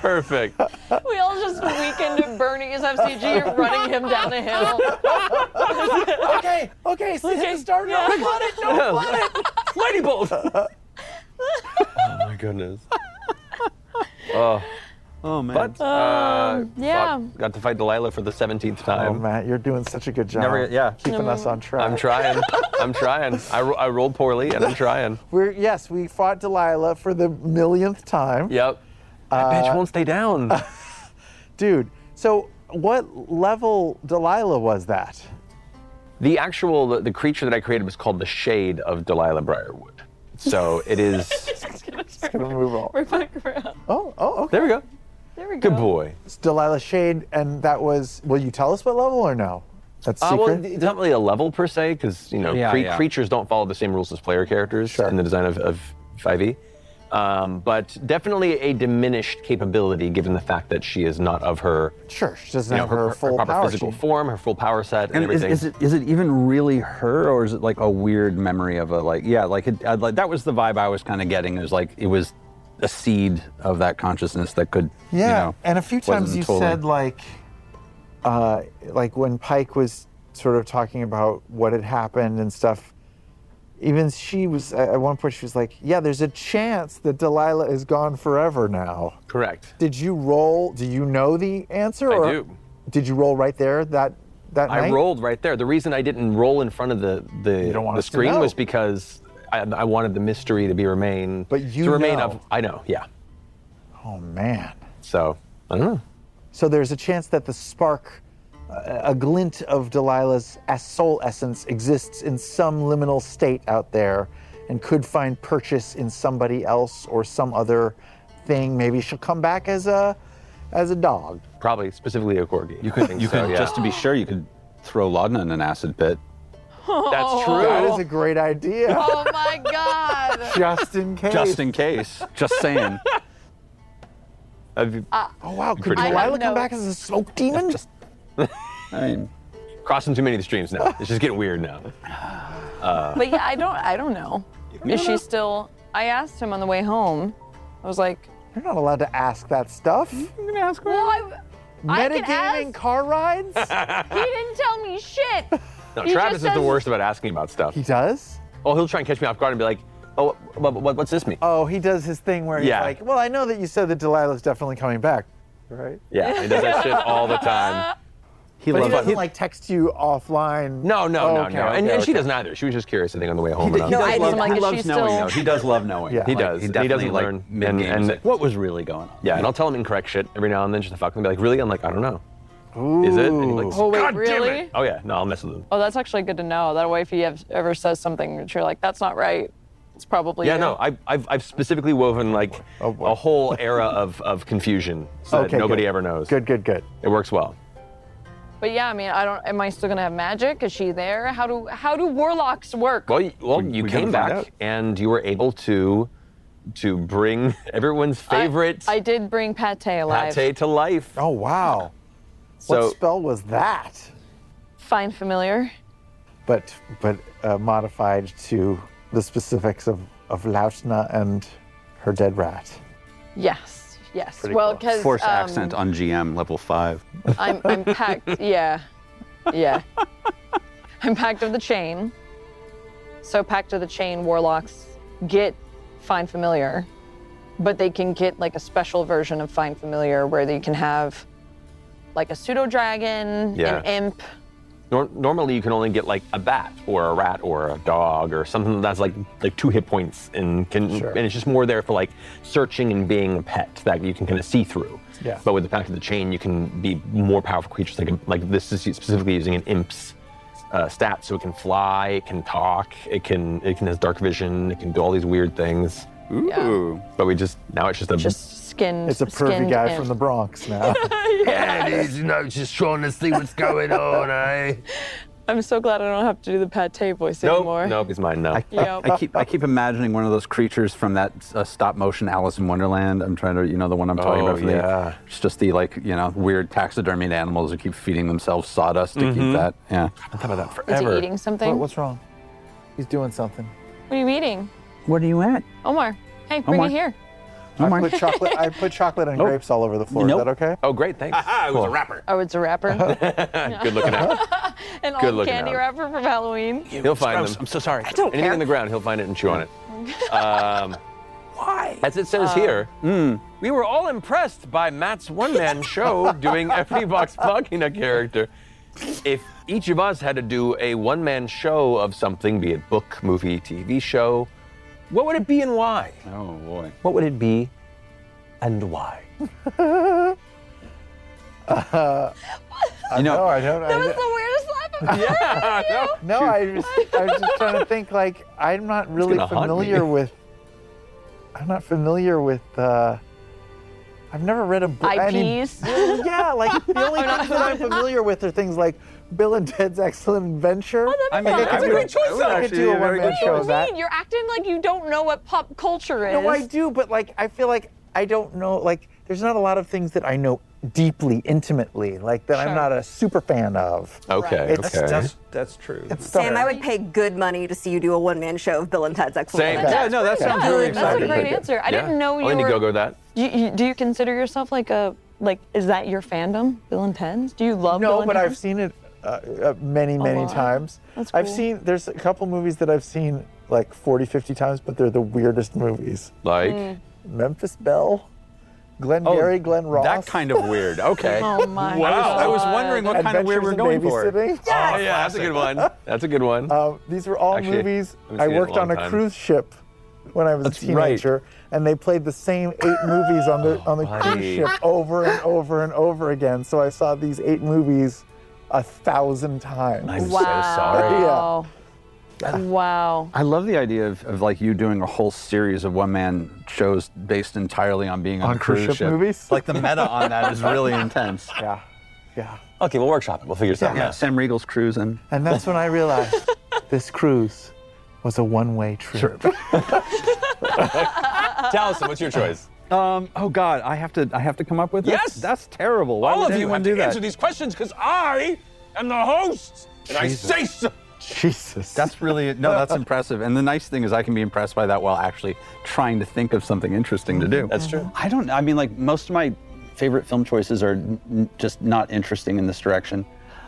E: Perfect.
G: We all just weakened at Bernie's FCG, running him down a hill.
D: Okay, okay, so hit the starter.
G: yeah.
D: I'll flood it.
E: Yeah. Mighty Bolt! oh my goodness. Oh,
F: Oh man.
E: but uh,
G: Um, yeah.
E: Bach got to fight Delilah for the 17th
D: Oh,
E: time.
D: Matt, you're doing such a good job.
E: Never- yeah.
D: Keeping us on track.
E: I'm trying. I'm trying. I, ro- I rolled poorly and I'm trying.
D: We're yes, we fought Delilah for the millionth time. Uh,
E: Yep. That bitch won't stay down.
D: Dude, so what level Delilah was that?
E: The actual the, the creature that I created was called the Shade of Delilah Briarwood. So it is.
D: Gonna move on.
G: We're back around.
D: Oh, oh, okay.
E: there we go.
G: There we go.
E: Good boy.
D: It's Delilah Shade, and that was. Will you tell us what level or no? That's
E: Uh, well,
D: secret.
E: it's not really a level per se, because you know
F: Yeah,
E: cre-
F: yeah.
E: creatures don't follow the same rules as player characters in the design of, of 5e. Um, but definitely a diminished capability, given the fact that she is not of her,
D: sure, she doesn't
E: you know,
D: have her, full
E: proper
D: power.
E: physical
D: She-
E: form, her full power set, and,
F: and is,
E: everything.
F: is it is it even really her, or is it like a weird memory of a like yeah like it, I'd like that was the vibe I was kind of getting. It was like it was a seed of that consciousness that could you
D: yeah,
F: know,
D: and a few
F: wasn't
D: times you
F: totally-
D: said like, uh, like when Pike was sort of talking about what had happened and stuff. Even she was at at one point. She was like, "Yeah, there's a chance that Delilah is gone forever now."
E: correct?
D: Did you roll? Do you know the answer?
E: I
D: or
E: do.
D: Did you roll right there that that
E: I
D: night?
E: rolled right there. The reason I didn't roll in front of the the,
D: don't want
E: the
D: us to
E: screen
D: know.
E: was because I, I wanted the mystery to be remain.
D: But you
E: to remain
D: know.
E: of I know, yeah.
D: Oh man.
E: So I don't know.
D: So there's a chance that the spark, uh, a glint of Delilah's es- soul essence, exists in some liminal state out there and could find purchase in somebody else or some other thing. Maybe she'll come back as a as a dog.
E: Probably specifically a corgi. You
F: You could just to be sure you could throw Laudna in an acid pit.
E: That's true.
D: That is a great idea.
G: Oh my God.
D: Just in case.
F: Just in case. Just saying.
E: I've-
D: oh wow, could
E: I have
D: Delilah come
G: notes.
D: back as a smoke demon?
F: I mean,
E: crossing too many of the streams now. It's just getting weird now. Uh,
G: But yeah, I don't. I don't know. Is she still? I asked him on the way home. I was like,
D: You're not allowed to ask that stuff.
G: Well, I, I can
D: Metagaming
G: ask.
D: car rides?
G: He didn't tell me shit.
E: No,
G: He
E: Travis
G: just
E: is the
G: says-
E: worst about asking about stuff.
D: he does?
E: Oh, he'll try and catch me off guard and be like, "Oh, what, what, what's this mean?"
D: Oh, he does his thing where he's
E: Yeah.
D: like, well, I know that you said that Delilah's definitely coming back, right?
E: Yeah, he does that shit all the time.
F: He
D: but he
F: loves
D: doesn't like text you offline.
E: No, no,
D: Oh,
E: no,
D: okay,
E: no. And,
D: okay,
E: and she
D: okay.
E: doesn't either. She was just curious, I think, on the way home.
F: He,
E: and
F: he
E: I'm-
G: I
F: does
G: didn't
F: love,
G: like
F: he
G: that
F: loves
G: she's
F: knowing, though.
G: still-
F: He does love knowing.
D: Yeah.
E: he
F: Like,
E: does. He,
F: definitely,
E: doesn't
F: like,
E: learn.
F: mid-game,
E: And-
F: he's
E: and-
F: like, what was really going on?
E: Yeah, and I'll tell him incorrect shit every now and then just to fuck with him. Be like, really? I'm like, I don't know. Is it? And he like,
G: Oh, wait,
E: God
G: really?
E: Damn it. Oh yeah, no, I'll mess with him.
G: Oh, that's actually good to know. That way, if he ev- ever says something that you're like, that's not right, it's probably
E: Yeah,
G: you."
E: no, I, I've, I've specifically woven like
D: Oh, boy.
E: a whole era of, of confusion so
D: Okay,
E: that nobody
D: good.
E: ever knows.
D: Good, good, good.
E: It works well.
G: But yeah, I mean, I don't. Am I still gonna have magic? Is she there? How do how do warlocks work?
E: Well, you, well, you
F: we gotta find
E: came back
F: out.
E: and you were able to to bring everyone's
G: I-
E: favorite
G: I, did bring pate alive.
E: pate to life.
D: Oh wow.
E: so
D: what spell was that?
G: Fine, familiar.
D: But but uh, modified to the specifics of of Lautna and her dead rat.
G: Yes, yes. well, um, because
F: Force accent on GM level five.
G: I'm, I'm packed. Yeah, yeah. I'm packed of the chain. So packed of the chain, warlocks get find familiar, but they can get like a special version of find familiar where they can have like a pseudo dragon,
E: Yeah.
G: an imp.
E: nor- normally you can only get like a bat or a rat or a dog or something that's like like two hit points and can and it's just more there for like searching and being a pet that you can kind of see through.
D: Yeah.
E: But with the pack of the chain, you can be more powerful creatures. Like like this is specifically using an imp's uh, stat, so it can fly, it can talk, it can it can has dark vision, it can do all these weird things.
F: Ooh.
E: But we just now it's just a
G: Just skin.
D: It's a pervy
G: skinned
D: guy
G: imp.
D: from the Bronx now.
E: yeah, it is. You know, just trying to see what's going on, eh?
G: I'm so glad I don't have to do the pate voice anymore.
E: Nope, nope, it's mine. No.
G: Yep.
F: I keep I keep imagining one of those creatures from that uh, stop motion Alice in Wonderland. I'm trying to you know the one I'm talking
E: Oh,
F: about. from the-
E: yeah.
F: it's just the like you know weird taxidermied animals that keep feeding themselves sawdust to keep that. Yeah.
E: I've Mm-hmm. thought about that
G: Is
E: forever.
G: he eating something?
D: What-
G: What,
D: what's wrong? He's doing something.
G: are you eating?
F: What are you at?
G: Omar, hey, bring
F: Omar.
G: it here.
D: I put chocolate. I put chocolate and grapes all over the floor.
F: Nope.
D: Is that okay?
E: Oh, great, thanks. Aha, it was a rapper.
G: Oh, it's a
D: Uh-huh.
G: wrapper.
E: Good looking out.
G: An
E: Good
G: old
E: looking
G: candy
E: out.
G: wrapper from Halloween.
E: He'll find them. I'm so sorry. I don't Anything in the ground, he'll find it and chew on it. Um, Why? Uh, hmm. As it says here, we were all impressed by Matt's one-man show doing every Vox Machina character. If each of us had to do a one-man show of something, be it book, movie, TV show, what would it be and why?
F: Oh boy.
E: What would it be and why?
F: You know,
D: No, I don't. I
G: That was
D: don't-
G: the weirdest laugh I've
D: No, I was, I was just trying to think. Like, I'm not really
E: gonna haunt
D: familiar
E: me.
D: with. I'm not familiar with. Uh, I've never read a book.
G: IPs.
D: yeah, like the only things that I'm familiar with are things like Bill and Ted's Excellent Adventure.
F: I mean,
D: Like,
F: that's
D: I
F: a
D: could do-
F: great choice,
D: I could
F: actually.
D: do a
F: Very good
D: one-man show
F: choice.
D: of that.
G: mean? You're acting like you don't know what pop culture is.
D: No, I do, but like I feel like I don't know. Like there's not a lot of things that I know deeply, intimately, like that I'm
G: Sure.
D: not a super fan of.
E: Okay,
D: It's
E: okay.
D: just
J: That's true.
D: stuff.
H: Sam, I would pay good money to see you do a one-man show of Bill and Ted's Excellent.
E: Same.
H: Adventure.
F: yeah, no, that sounds
G: Yeah,
F: really
G: that's a
F: exciting.
G: great answer. I didn't know you
E: I'll
G: were.
E: go go that.
G: You, you, do you consider yourself like a like? Is that your fandom, Bill and Ted's? Do you love Bill
D: No,
G: and
D: Oh, but I've
G: Ted's?
D: seen it uh, uh, many, many
G: lot.
D: times.
G: That's
D: I've
G: cool.
D: seen, there's a couple movies that I've seen like 40, 50 times, but they're the weirdest movies.
E: Like. Oh,
G: Mm.
D: Memphis Belle, Glenn Gary, Glenn Ross.
F: That kind of weird. Okay.
G: Oh my
F: I was
G: God.
F: wondering what kind of weird we're
D: Adventures
F: going
D: in
F: for.
D: babysitting.
E: Oh yeah, that's a good one. That's a good one.
D: Um, these were all
E: Actually,
D: movies
E: I haven't
D: I
E: seen it in a
D: worked
E: long
D: on a
E: time.
D: cruise ship when I was a
E: right. Oh,
D: teenager, and they played the same eight movies on the on the cruise
E: buddy.
D: ship over and over and over again. So I saw these eight movies a thousand times.
E: I'm so sorry.
G: Wow. Wow.
F: I love the idea of, of like you doing a whole series of one man shows based entirely on being on,
D: On
F: a
D: cruise
F: cruise,
D: ship movies?
F: Like the meta on that is really intense.
D: Yeah, yeah.
E: Okay, we'll workshop it. We'll figure something
F: Yeah, Sam Riegel's cruising.
D: And that's when I realized this cruise was a one-way trip.
E: out. Allison, what's your choice?
F: Um, oh God, I have to I have to come up with this?
E: Yes!
F: That's terrible. Why
E: All
F: would
E: of you
F: anyone
E: have
F: do
E: to
F: that?
E: answer these questions because I am the host, and I say so.
D: Jesus.
F: That's really no, that's impressive. And the nice thing is I can be impressed by that while actually trying to think of something interesting to do.
E: That's true.
F: I don't I mean like most of my favorite film choices are n- just not interesting in this direction.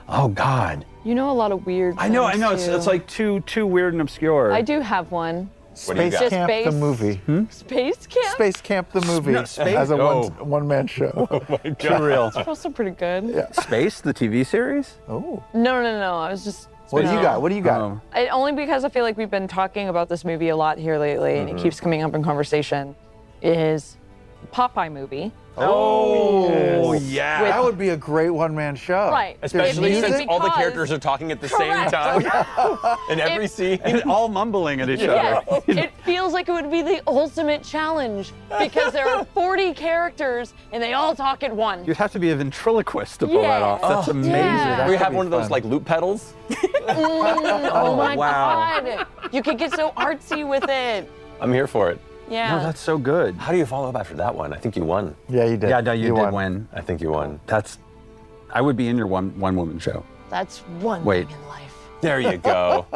F: Oh God.
G: You know a lot of weird.
F: I know, I
G: things,
F: know. It's,
G: too.
F: it's like too too weird and obscure. Hmm?
G: I do have one.
E: What do you
D: Space
E: got?
D: Camp the
G: Space-
D: movie.
G: Space camp?
D: Space Camp the movie
F: No, space-
D: as a
E: Oh.
D: one one man show.
E: my God.
F: real.
G: That's also pretty good.
F: Space, the TV series?
D: Oh,
G: No, no, no. I was just.
D: what do you
G: No.
D: got? What do you got?
F: Um,
G: I, only because I feel like we've been talking about this movie a lot here lately, and
D: Mm-hmm.
G: it keeps coming up in conversation. Is Popeye movie?
E: Oh, yeah.
D: that would be a great one man show.
G: Right.
E: Especially
G: If-
E: since
G: because-
E: all the characters are talking at the
G: Correct.
E: same time in every scene.
F: and all mumbling at each
G: Yeah,
F: other.
G: it feels like it would be the ultimate challenge because there are 40 characters and they all talk at once.
F: You'd have to be a ventriloquist to pull that
G: Yeah.
F: off. That's
G: Oh,
F: amazing.
G: yeah.
E: we
D: could
E: have
D: be
E: one of those
D: fun.
E: like loop pedals.
G: Oh my
F: wow.
G: god! You could get so artsy with it.
E: I'm here for it.
G: Yeah.
F: No, that's so good.
E: How do you follow up after that one? I think you won.
D: Yeah, you did.
F: Yeah, no, you, did
D: won.
F: win.
E: I think you won.
F: That's. I would be in your one one woman show.
G: That's one
F: Wait.
G: thing in life.
E: There you go.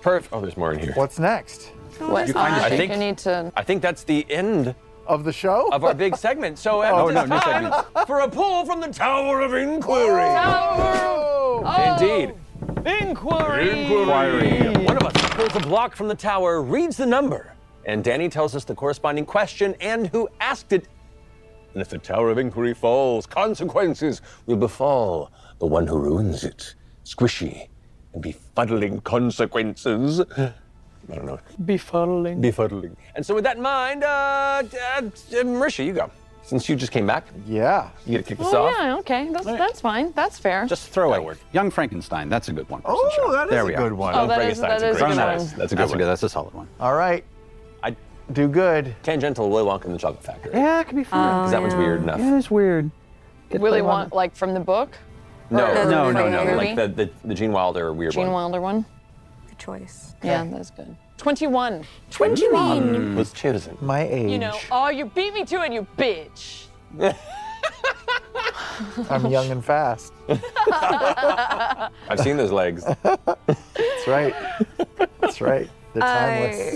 E: Perfect. Oh, there's more in here.
D: What's next
G: What?
E: You kind of
G: I
E: think-
G: think you need to.
E: I think that's the end
D: of the show?
E: of our big segment. So at
F: Oh,
E: this
F: no, new
E: time for a pull from the Tower of Inquiry.
D: Oh,
E: Indeed.
G: Inquiry.
E: One of us pulls a block from the tower, reads the number, and Danny tells us the corresponding question and who asked it. And if the Tower of Inquiry falls, consequences will befall the one who ruins it. Squishy and befuddling consequences. I don't know.
G: Befuddling.
E: Befuddling. And so, with that in mind, uh, uh, Marisha, you go. Since you just came back,
D: yeah.
E: you get to kick this
G: Oh
E: off.
G: yeah. Okay. That's that's fine. That's fair.
E: Just throw
F: Wait, Young Frankenstein. That's a good one.
D: Oh, that is
F: there
D: a
F: we
D: good
F: are.
D: one.
G: oh, that is that is a
F: great choice.
G: good one.
E: That's a good
F: That's
E: one.
F: a good. That's a solid one.
D: All right.
E: I-
D: do good.
E: Tangential Willy Wonka and the Chocolate Factory.
F: Yeah, it could be fun.
E: 'Cause that one's weird enough.
F: Yeah, it's weird. Get
G: Willy
F: that one.
G: Um, want like from the book,
E: No,
H: Or-
E: no,
H: or
E: no,
H: the
E: no.
H: movie.
E: Like the, the, the Gene Wilder weird
G: Gene
E: one.
G: Wilder one.
H: Good choice.
G: Yeah, that's good. 21.
E: Mm. Was Citizen.
D: Hmm. My age.
G: You know, oh, you beat me to it, you bitch.
D: I'm young and fast.
E: I've seen those legs.
D: That's right. That's right. They're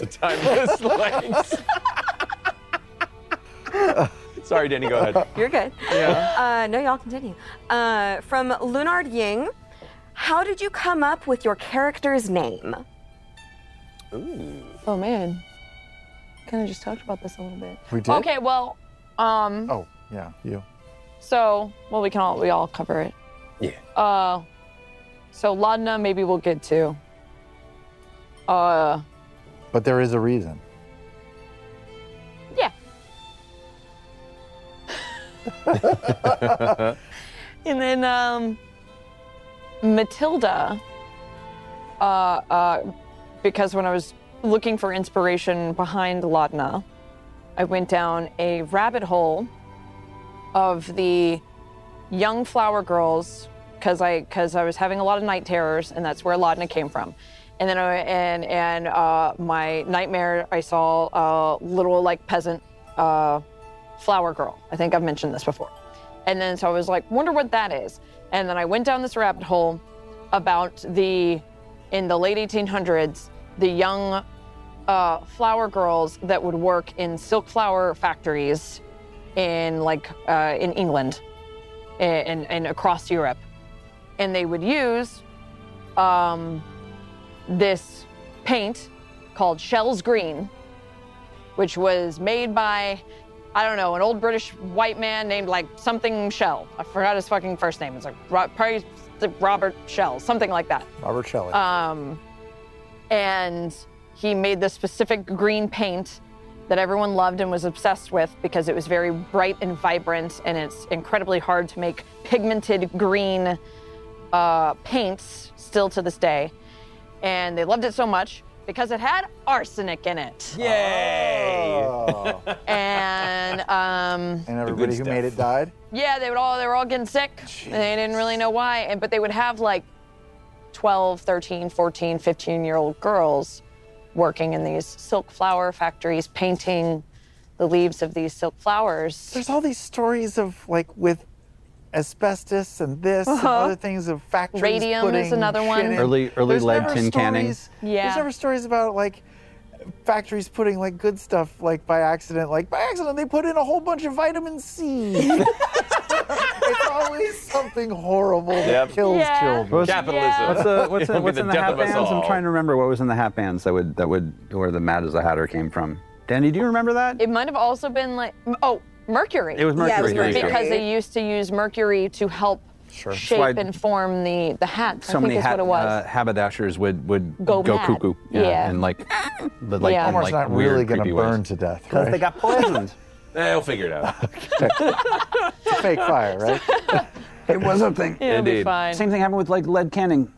D: timeless.
H: I-
E: Timeless legs. Sorry, Danny, go ahead.
H: You're good. Uh, no, y'all continue. Uh, from Lunard Ying, how did you come up with your character's name?
G: Oh man. Kind of just talked about this a little bit.
D: We did?
G: Okay, well, um,
D: Oh, yeah. You.
G: so well we can all we all cover it.
E: Yeah.
G: Uh so Ladna maybe we'll get to. Uh
D: But there is a reason.
G: yeah. and then um Matilda uh uh because when I was looking for inspiration behind Ladna, I went down a rabbit hole of the young flower girls because I because I was having a lot of night terrors, and that's where Laudna came from. And then I, and and uh, my nightmare, I saw a little like peasant uh, flower girl. I think I've mentioned this before. And then so I was like, wonder what that is. And then I went down this rabbit hole about the in the late 1800s, the young uh, flower girls that would work in silk flower factories in like uh, in England and, and across Europe. And they would use um, this paint called Shell's Green, which was made by, I don't know, an old British white man named like something Shell. I forgot his fucking first name. It's like Ro- probably Robert Shell, something like that Um,
D: Robert Shelley.
C: Uh,
G: and he made this specific green paint that everyone loved and was obsessed with because it was very bright and vibrant and it's incredibly hard to make pigmented green uh, paints still to this day and they loved it so much because it had arsenic in it
E: Yay!
D: oh.
G: and um,
D: And everybody who
E: stuff.
D: made it died.
G: yeah, they would all they were all getting sick. And they didn't really know why. And but they would have like 12, 13, 14, 15 year old girls working in these silk flower factories painting the leaves of these silk flowers.
D: There's all these stories of like with asbestos and this and other things of factories.
G: Uh-huh. Radium is
D: putting
G: another
D: shit
G: one.
D: in.
F: Early- early lead
D: never
F: tin canning.
D: stories-
G: Yeah.
D: There's never stories about like factories putting like good stuff like by accident. Like by accident they put in a whole bunch of vitamin C. it's always something horrible that
E: Yep.
D: kills
G: Yeah.
D: children.
F: What was-
E: Capitalism.
F: What's the what's,
E: It'll
F: the,
E: be
F: what's
E: the
F: in the
E: death
F: hat
E: of us
F: bands? I'm
E: all.
F: trying to remember what was in the hat bands that would that would where the Mad as a Hatter came from. Danny, do you remember that?
G: It might have also been like oh mercury.
F: It was
H: Yeah, it
F: Mercury.
H: was
F: There you go.
H: Mercury.
G: because they used to use mercury to help shape
F: That's why
G: and form the the hats.
F: So
G: I think
F: many
G: is
F: hat,
G: what it was.
F: uh, haberdashers would would
G: Go mad.
F: cuckoo, yeah,
G: Yeah.
F: and like, but like,
G: Yeah.
F: in,
D: Homer's
F: like
D: not
F: weird,
D: really going to
F: creepy ways.
D: burn to death,
F: because
D: right?
F: they got poisoned.
E: They'll Eh, figure it out.
D: It's a fake fire, right?
F: it was a thing.
G: It'll be
E: Indeed.
G: fine.
F: Same thing happened with like lead canning.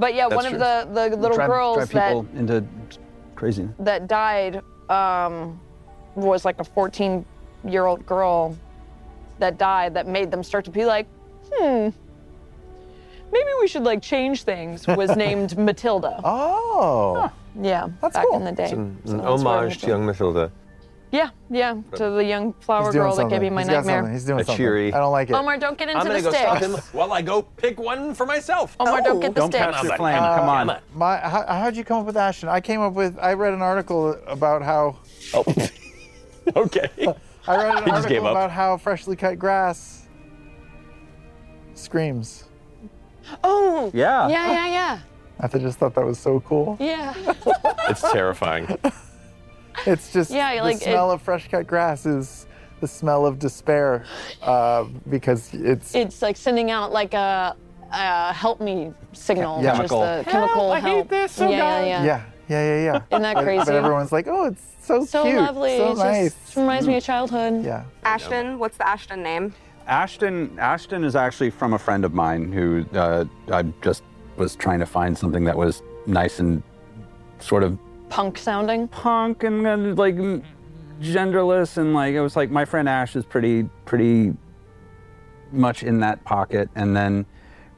G: but yeah, one
F: That's
G: of the the little
F: drive,
G: girls
F: drive
G: that
F: people into craziness.
G: that died um, was like a 14 year old girl that died that made them start to be like, hmm, maybe we should like change things. Was named Matilda.
D: Oh,
G: yeah,
D: that's
G: back
D: cool.
G: in the day. So
I: An
G: that's where
I: homage to
G: Matilda-
I: young Matilda.
G: Yeah, yeah, to the young flower
D: he's doing
G: girl that
D: something.
G: gave me my
D: He's got something.
G: nightmare.
D: He's doing
I: A
D: something.
I: cheery-
D: I don't like it.
G: Omar, don't get into
E: I'm
G: the
E: gonna go
G: sticks.
E: stop him while I go pick one for myself.
G: Omar, don't get the
F: Don't
G: sticks.
F: catch your flame.
D: Uh,
F: Come on.
D: My, how, how'd you come up with Ashton? I came up with. I read an article about how.
E: Oh. Okay.
D: I read an
E: just
D: article
E: gave up.
D: about how freshly cut grass screams.
G: Oh,
F: Yeah.
G: yeah, yeah, yeah,
D: I th- just thought that was so cool.
G: yeah.
E: It's terrifying.
D: It's just
G: Yeah,
D: the
G: like, it-
D: smell of fresh cut grass is the smell of despair uh, because it's
G: It's like sending out like a, a help me signal,
D: Yeah.
G: which is
F: Chemical.
G: the chemical help.
E: I hate this so
G: yeah, yeah,
E: bad.
G: yeah,
D: yeah, yeah, yeah, yeah.
G: Isn't that
D: But-
G: crazy?
D: But everyone's like, oh, it's so,
G: So
D: cute,
G: lovely.
D: so
G: it
D: nice. Mm.
G: just reminds me of childhood.
D: Yeah.
H: Ashton, what's the Ashton name?
F: Ashton Ashton is actually from a friend of mine who uh, I just was trying to find something that was nice and sort of
G: Punk sounding.
F: punk and then like m- genderless and like it was like my friend Ash is pretty pretty much in that pocket and then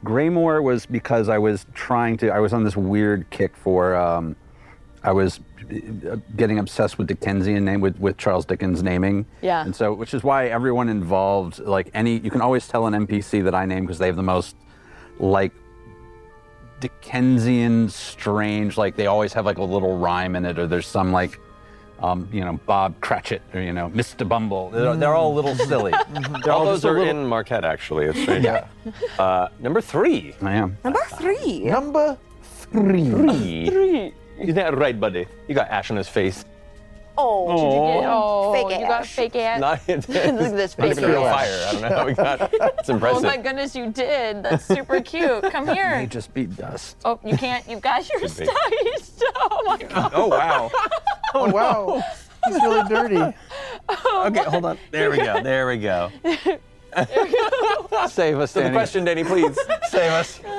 F: Graymore was because I was trying to I was on this weird kick for um, I was uh, getting obsessed with Dickensian name with, with Charles Dickens naming
G: Yeah.
F: and so which is why everyone involved like any you can always tell an NPC that I name because they have the most like Dickensian strange, like they always have like a little rhyme in it, or there's some like, um, you know, Bob Cratchit, or you know, Mr. Bumble. They're, they're all a little silly. They're
E: Mm. Mm-hmm. All
F: just
E: those
F: a
E: are
F: little-
E: in Marquette, actually. It's strange. Uh, number three.
F: I am.
H: Number three.
D: Number three.
E: Three. Isn't that right, buddy? You got ash on his face.
G: Oh, did you get- oh,
H: Fake
G: you got
H: ass.
G: fake ass.
E: Not it's,
G: Look at this
E: not
G: fake
E: even real
G: ass.
E: fire. I don't know how we got. It's
G: Oh
E: impressive.
G: my goodness, you did. That's super cute. Come
F: I
G: here.
F: just beat dust.
G: Oh, you can't. You got your
E: Should be.
G: stuff. You still- Oh my god.
E: oh wow.
D: Oh, wow. He's really dirty.
G: Oh,
F: Okay, hold on.
E: There we go. There we go.
F: Save us,
E: The
F: Danny.
E: question, Danny, please save us.
H: Uh,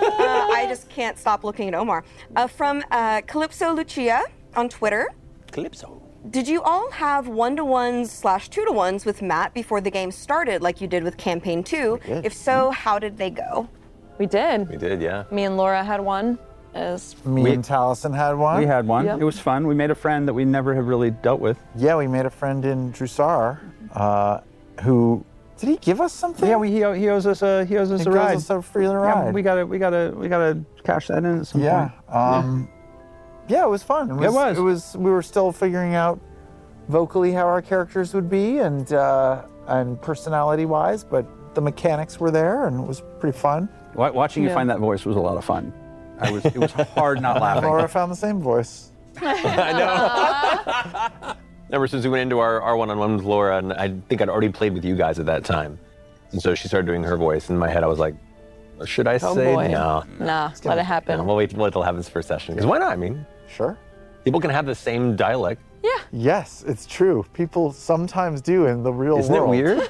H: I just can't stop looking at Omar. Uh, from uh, Calypso Lucia on Twitter.
E: Calypso.
H: Did you all have one to ones slash two to ones with Matt before the game started, like you did with campaign two? If so, how did they go?
G: We
E: We
G: did.
E: did, yeah.
G: Me and Laura had one. As
D: Me and Taliesin had one.
F: We had one.
G: Yep.
F: It was fun. We made a friend that we never have really dealt with.
D: Yeah, we made a friend in Drusar, uh, who did he give us something?
F: Yeah, we, he, he owes us a he owes us
D: He
F: a
D: gives
F: ride.
D: us a free
F: Yeah,
D: ride.
F: we gotta we gotta we gotta cash that in at some
D: Yeah.
F: point.
D: Um, yeah. it was fun. It was,
F: was.
D: It was. We were still figuring out vocally how our characters would be and uh, and personality wise, but the mechanics were there and it was pretty fun.
F: Wa- Watching you find that voice was a lot of fun. I was it was hard not laughing.
D: Laura found the same voice.
E: I know. Ever since we went into our, our one-on-one with Laura, and I think I'd already played with you guys at that time, and so she started doing her voice. In my head, I was like, "Should I
G: oh
E: say
G: boy.
E: no?
G: Nah, let it happen.
E: No, we'll wait until it happens first session. Because why not? I mean,
D: Sure.
E: people can have the same dialect.
G: Yeah.
D: Yes, it's true. People sometimes do in the real
E: Isn't
D: world.
E: it weird?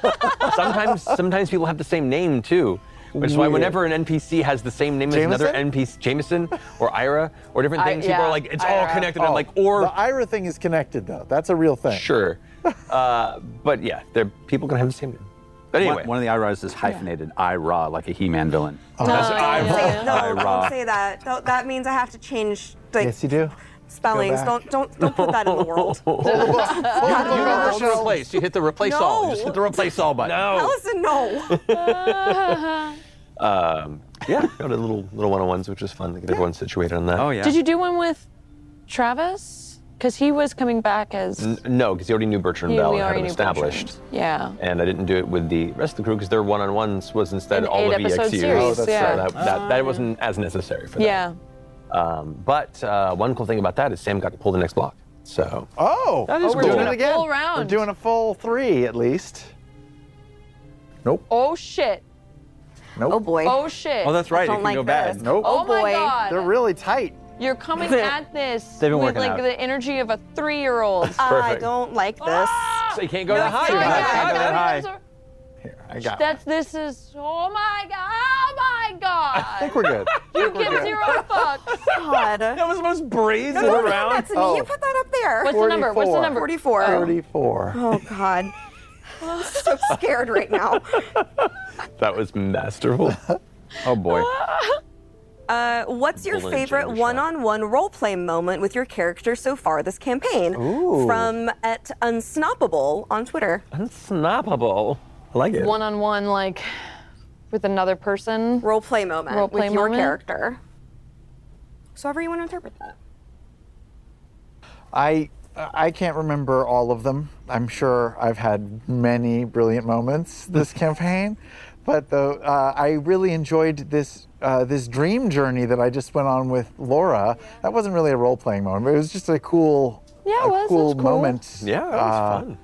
E: sometimes, sometimes people have the same name too. Which is why
D: Weird.
E: whenever an NPC has the same name as another
D: Jameson?
E: NPC, Jameson or Ira or different
G: I-
E: things, people
G: yeah,
E: are like, it's all
G: Ira.
E: connected.
D: Oh,
E: I'm like, or
D: the Ira thing is connected though. That's a real thing.
E: sure, uh, but yeah, they're, people can have the same name. But anyway,
F: One, one of the IRAs is hyphenated, IRA, like a He-Man villain.
E: that's
G: Oh,
E: Ira.
G: yeah,
H: No,
F: Ira.
H: don't say that. Don't- that means I have to change like
D: Yes, you do.
H: spellings.
D: back.
H: Don't don't don't put that in the world.
E: You hit the replace. You hit the replace all. You just hit the replace all button. No.
H: Allison, no.
E: Um, yeah, Oh, we got a little little one on ones, which is fun to get everyone situated on that.
F: yeah.
G: Did you do one with Travis? Because he was coming back as.
E: N- no, because you already knew Bertrand
G: He-
E: Bell
G: we
E: and had
G: already
E: him
G: knew
E: established.
G: Yeah.
E: And I didn't do it with the rest of the crew because their one-on-ones was instead
G: An
E: all of
G: eight-episode
E: EXUs.
G: series, Oh,
E: so
G: that's yeah.
E: that, that, that wasn't as necessary for that.
G: Yeah.
E: Um, but uh, one cool thing about that is Sam got to pull the next block. So
D: Oh,
E: That is
D: we're
E: cool.
D: doing
E: Doing
D: it
E: a
D: again.
G: full
D: We're
G: round.
D: doing a full three at least.
G: Oh shit.
D: Nope.
H: Oh boy.
G: Oh shit.
J: Oh, that's right.
H: I
J: It
H: don't
J: can
H: like
J: go bad.
H: this.
D: Nope.
G: Oh,
H: boy.
G: my god.
D: They're really tight.
G: You're coming at this
J: They've been
G: with
J: working
G: like
J: out.
G: the energy of a three-year-old. Ah!
H: I
E: Perfect.
H: don't like this.
E: So you can't go
G: No,
E: that high.
G: it's not
J: High,
G: that
J: high, high.
G: high. That's-
D: I got.
G: That's this is. Oh my god. Oh my
F: I think
G: god.
F: we're good.
G: You give zero fucks.
H: God.
E: That was the most brazen round.
H: That's,
D: Oh.
H: You
E: Oh.
H: put that up there.
G: What's the number? What's the
D: 44.
G: number?
H: 44.
D: Thirty-four.
H: Oh God. I'm so scared right now.
E: That was masterful.
F: Oh boy.
H: Uh, what's your
E: Bullet
H: favorite
E: chamber shot.
H: one-on-one roleplay moment with your character so far this campaign? From at Unsnoppable on Twitter.
E: Unsnappable. I like it.
G: One-on-one, like with another person.
H: Roleplay moment
G: Roleplay
H: with your
G: moment?
H: character. So however you want to interpret that.
D: I I can't remember all of them. I'm sure I've had many brilliant moments this campaign, but the, uh, I really enjoyed this uh, this dream journey that I just went on with Laura. That wasn't really a role playing moment. But it was just a cool
G: Yeah, it
D: a
G: was. It was
D: cool
G: cool.
D: moment.
E: Yeah, that was
D: Uh,
E: fun.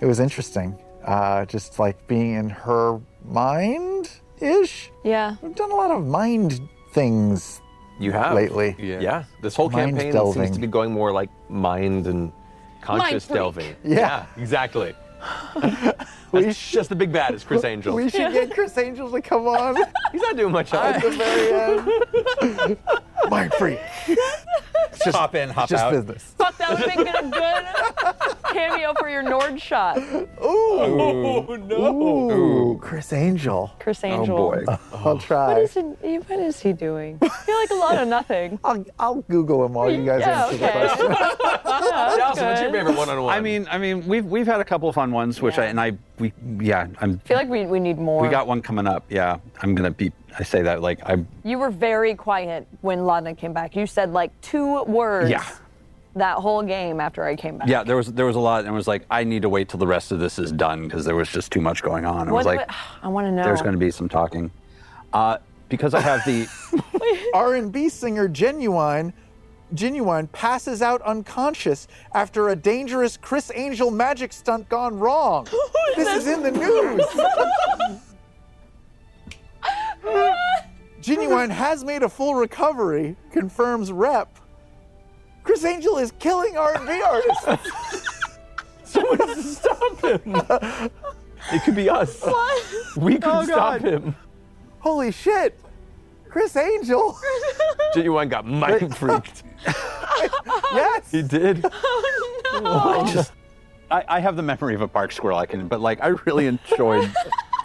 D: It was interesting. Uh, just like being in her mind ish.
G: Yeah.
D: I've done a lot of mind things
E: You have
D: lately.
E: Yeah. This whole
D: Mind
E: campaign
D: delving.
E: seems to be going more like mind and conscious
G: freak.
E: delving.
D: Yeah.
E: exactly. That's just the big bad is Chris Angel.
D: We should get Chris Angel to come on
E: He's not doing much else.
D: at the very end. mind freak.
F: just hop in, hop
D: Just
F: out.
D: business.
G: Fuck, that would make it a good cameo for your Nord shot,
E: Oh no. Oh,
D: Ooh, Chris Angel.
G: Chris Angel.
F: boy.
D: I'll try.
G: What is, it, what is he doing? I feel like a lot of nothing.
D: I'll, I'll Google him while you guys
G: Yeah,
D: answer
G: okay.
D: the question.
E: Allison, what's your favorite one-on-one?
F: I mean, I mean, we've we've had a couple of fun ones, which I
G: Yeah.
F: and I we yeah, I'm
G: I feel like we, we need more.
F: we got one coming up. Yeah, I'm gonna be. I say that like I
G: you were very quiet when Ladna came back. You said like two words
F: yeah
G: that whole game after I came back.
F: yeah. There was there was a lot, and it was like I need to wait till the rest of this is done because there was just too much going on. It
G: What,
F: was like
G: what- I want to know.
F: there's going to be some talking, uh, because I have the
D: R&B singer Genuine, Genuine passes out unconscious after a dangerous Chris Angel magic stunt gone wrong. this is in the news. Genuine has made a full recovery, confirms rep. Chris Angel is killing R&B artists.
E: stop him. it could be us. We could
D: Oh,
E: stop him.
D: Holy shit. Chris Angel.
E: Genuine got mind freaked.
D: yes.
E: He did.
D: Oh,
F: I just I, I have the memory of a park squirrel. I can, but like I really enjoyed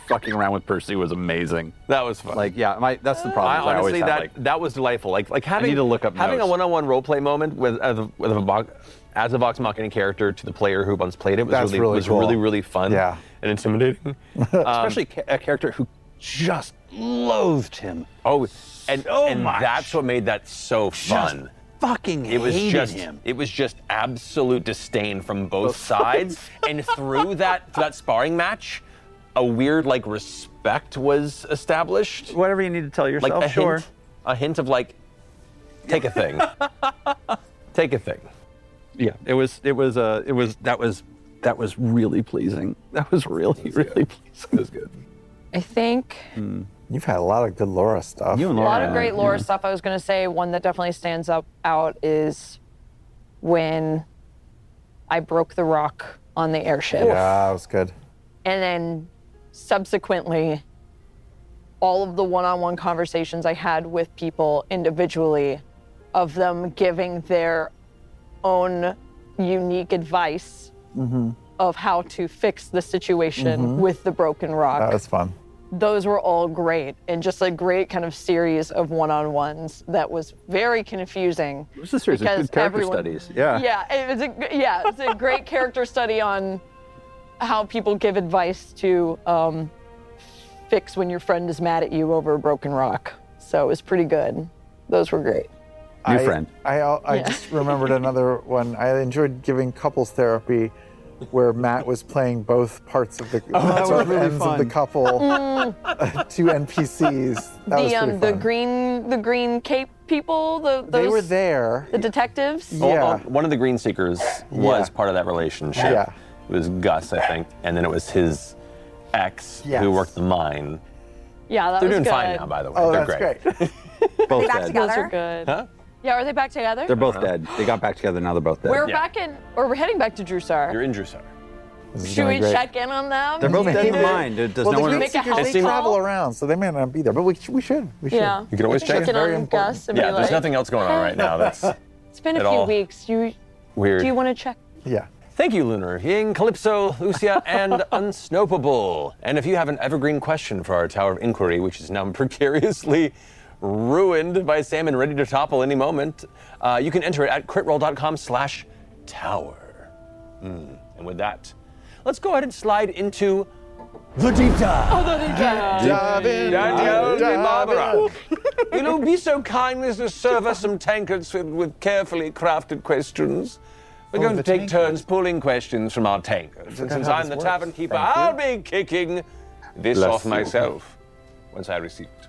F: fucking around with Percy. was amazing.
E: That was fun.
F: Like yeah, my that's the problem.
E: I
F: is I always
E: honestly,
F: have,
E: that
F: like,
E: that was delightful. Like like having
F: need to look up
E: having
F: notes.
E: a one-on-one roleplay moment with as a, with a Vox, as a Vox Machina character to the player who once played it was
D: That's
E: really,
D: really
E: was
D: cool.
E: really really fun.
D: Yeah.
E: and intimidating. Um,
F: especially ca- a character who just loathed him.
E: oh, and
F: So
E: and
F: much.
E: that's what made that so fun.
F: Fucking
E: It was
F: hated
E: just
F: him.
E: it was just absolute disdain from both sides, and through that that sparring match, a weird like respect was established.
J: Whatever you need to tell
E: Like
J: yourself,
E: a
J: sure.
E: hint, a hint of like, take a thing, take a thing.
F: yeah, it was it was uh it was that was that was really pleasing. That was really really pleasing. Hmm. It was good.
G: I think
D: You've had a lot of good Laura stuff.
F: You and
G: a
F: Laura,
G: lot of great lore stuff. I was going to say one that definitely stands up out is when I broke the rock on the
E: Mm-hmm.
G: airship.
D: yeah, it was good.
G: And then subsequently, all of the one on one conversations I had with people individually, of them giving their own unique advice of how to fix the situation Mm-hmm.
F: Mm-hmm.
G: with the broken rock.
D: That was fun.
G: Those were all great, and just a great kind of series of one on ones that was very confusing.
F: It was a series of
G: because
F: good character
G: everyone-
F: studies. Yeah.
G: Yeah, it was a yeah, it's a great character study on how people give advice to um, fix when your friend is mad at you over a broken rock. So it was pretty good. Those were great.
F: New
D: I-
F: friend.
D: I, I, just remembered another one. I enjoyed giving couples therapy where Matt was playing both parts of the
J: that was
D: both
J: really
D: ends of the
J: fun.
D: couple to NPCs. That was
G: Mm. the
D: pretty
G: um, the
D: fun.
G: green the green cape people. The those,
D: they were there.
G: The detectives.
E: Well,
D: Yeah.
E: well, one of the Green Seekers was
D: Yeah.
E: part of that relationship.
D: Yeah.
E: It was Gus, I think, and then it was his ex
D: Yes.
E: who worked the mine.
G: Yeah, that
E: They're
G: was
E: doing
G: good.
E: fine now, by the way.
D: Oh,
E: They're
D: that's
E: great.
D: great.
F: Both
H: back
F: dead.
H: together?
G: Those are good.
E: Huh?
G: Yeah, are they back together?
F: They're both dead. They got back together. Now they're both dead.
G: we're
E: Yeah.
G: back in, or we're heading back to Drusar.
E: You're in Drusar.
D: This is
G: Should
D: gonna
G: we
D: be great.
G: check in on them?
F: They're both
G: Yeah.
F: dead in mine. Does
D: Well,
F: no
D: the
F: one?
D: Green
G: Make a
D: Seekers,
G: house
D: they
G: call?
D: travel around, so they may not be there, but we, sh- we should. We should.
G: Yeah.
E: You can always check.
G: Check in
D: Very
G: on
D: important.
G: Gus and
E: Yeah,
G: be
E: there's
G: like,
E: nothing else going on right now. That's
G: It's been a
E: at
G: few
E: all.
G: weeks. You
E: weird.
G: do you want to check?
D: Yeah.
E: Thank you, Lunar, Ying, Calypso, Lucia, and Unsnopable. And if you have an evergreen question for our Tower of Inquiry, which is now precariously ruined by Sam and ready to topple any moment, uh, you can enter it at critroll.com slash tower. Mm. And with that, let's go ahead and slide into Oh, the deep dive.
D: Robin,
E: Daniel
D: Robin.
E: Barbara. you know, be so kind as to serve us some tankards with, with carefully crafted questions.
I: Oh,
E: We're going
D: the
E: to take
D: tankards.
E: turns pulling questions from our tankards. And
D: forgot
E: since
D: how
E: I'm the
D: this
E: tavern
D: works.
E: keeper,
D: Thank
E: I'll be kicking this
I: Bless
E: off
I: you.
E: myself once I receive it,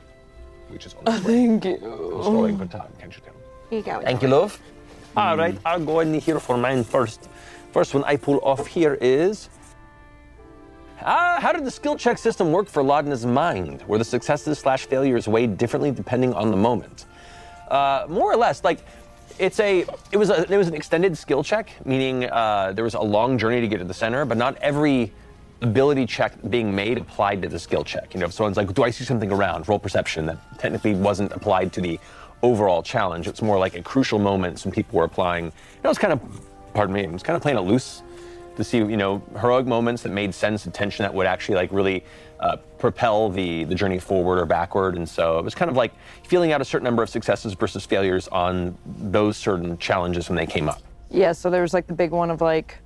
E: which is on its way.
G: Thank you.
E: I'm stalling for time, can't you tell?
H: Here you go.
E: Thank you, love. All right, I'll go in here for mine first. First one I pull off here is. Ah, how did the skill check system work for Laudna's mind? Were the successes slash failures weighed differently depending on the moment? Uh, more or less, like it's a it was a, it was an extended skill check, meaning uh, there was a long journey to get to the center, but not every ability check being made applied to the skill check. You know, if someone's like, "Do I see something around?" Roll perception. That technically wasn't applied to the overall challenge. It's more like a crucial moment. Some people were applying. You know, it's kind of pardon me, it's kind of playing it loose to see you know heroic moments that made sense and tension that would actually like really uh, propel the the journey forward or backward and so it was kind of like feeling out a certain number of successes versus failures on those certain challenges when they came up
G: Yeah. So there was like the big one of like,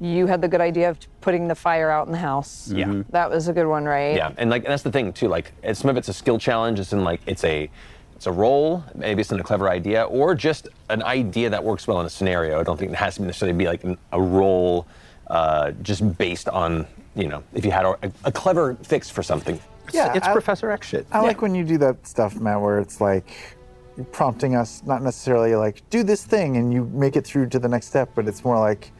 G: you had the good idea of putting the fire out in the house.
E: yeah
G: That was a good one, right?
E: yeah and like and that's the thing too like it's, some of it's a skill challenge it's in like it's a it's a role maybe it's in a clever idea or just an idea that works well in a scenario i don't think it has to necessarily be like an, a role uh, just based on you know if you had a, a clever fix for something
D: Yeah,
F: It's
D: I-
F: Professor X shit.
D: I like when you do that stuff, Matt, where it's like you're prompting us, not necessarily like do this thing and you make it through to the next step, but it's more like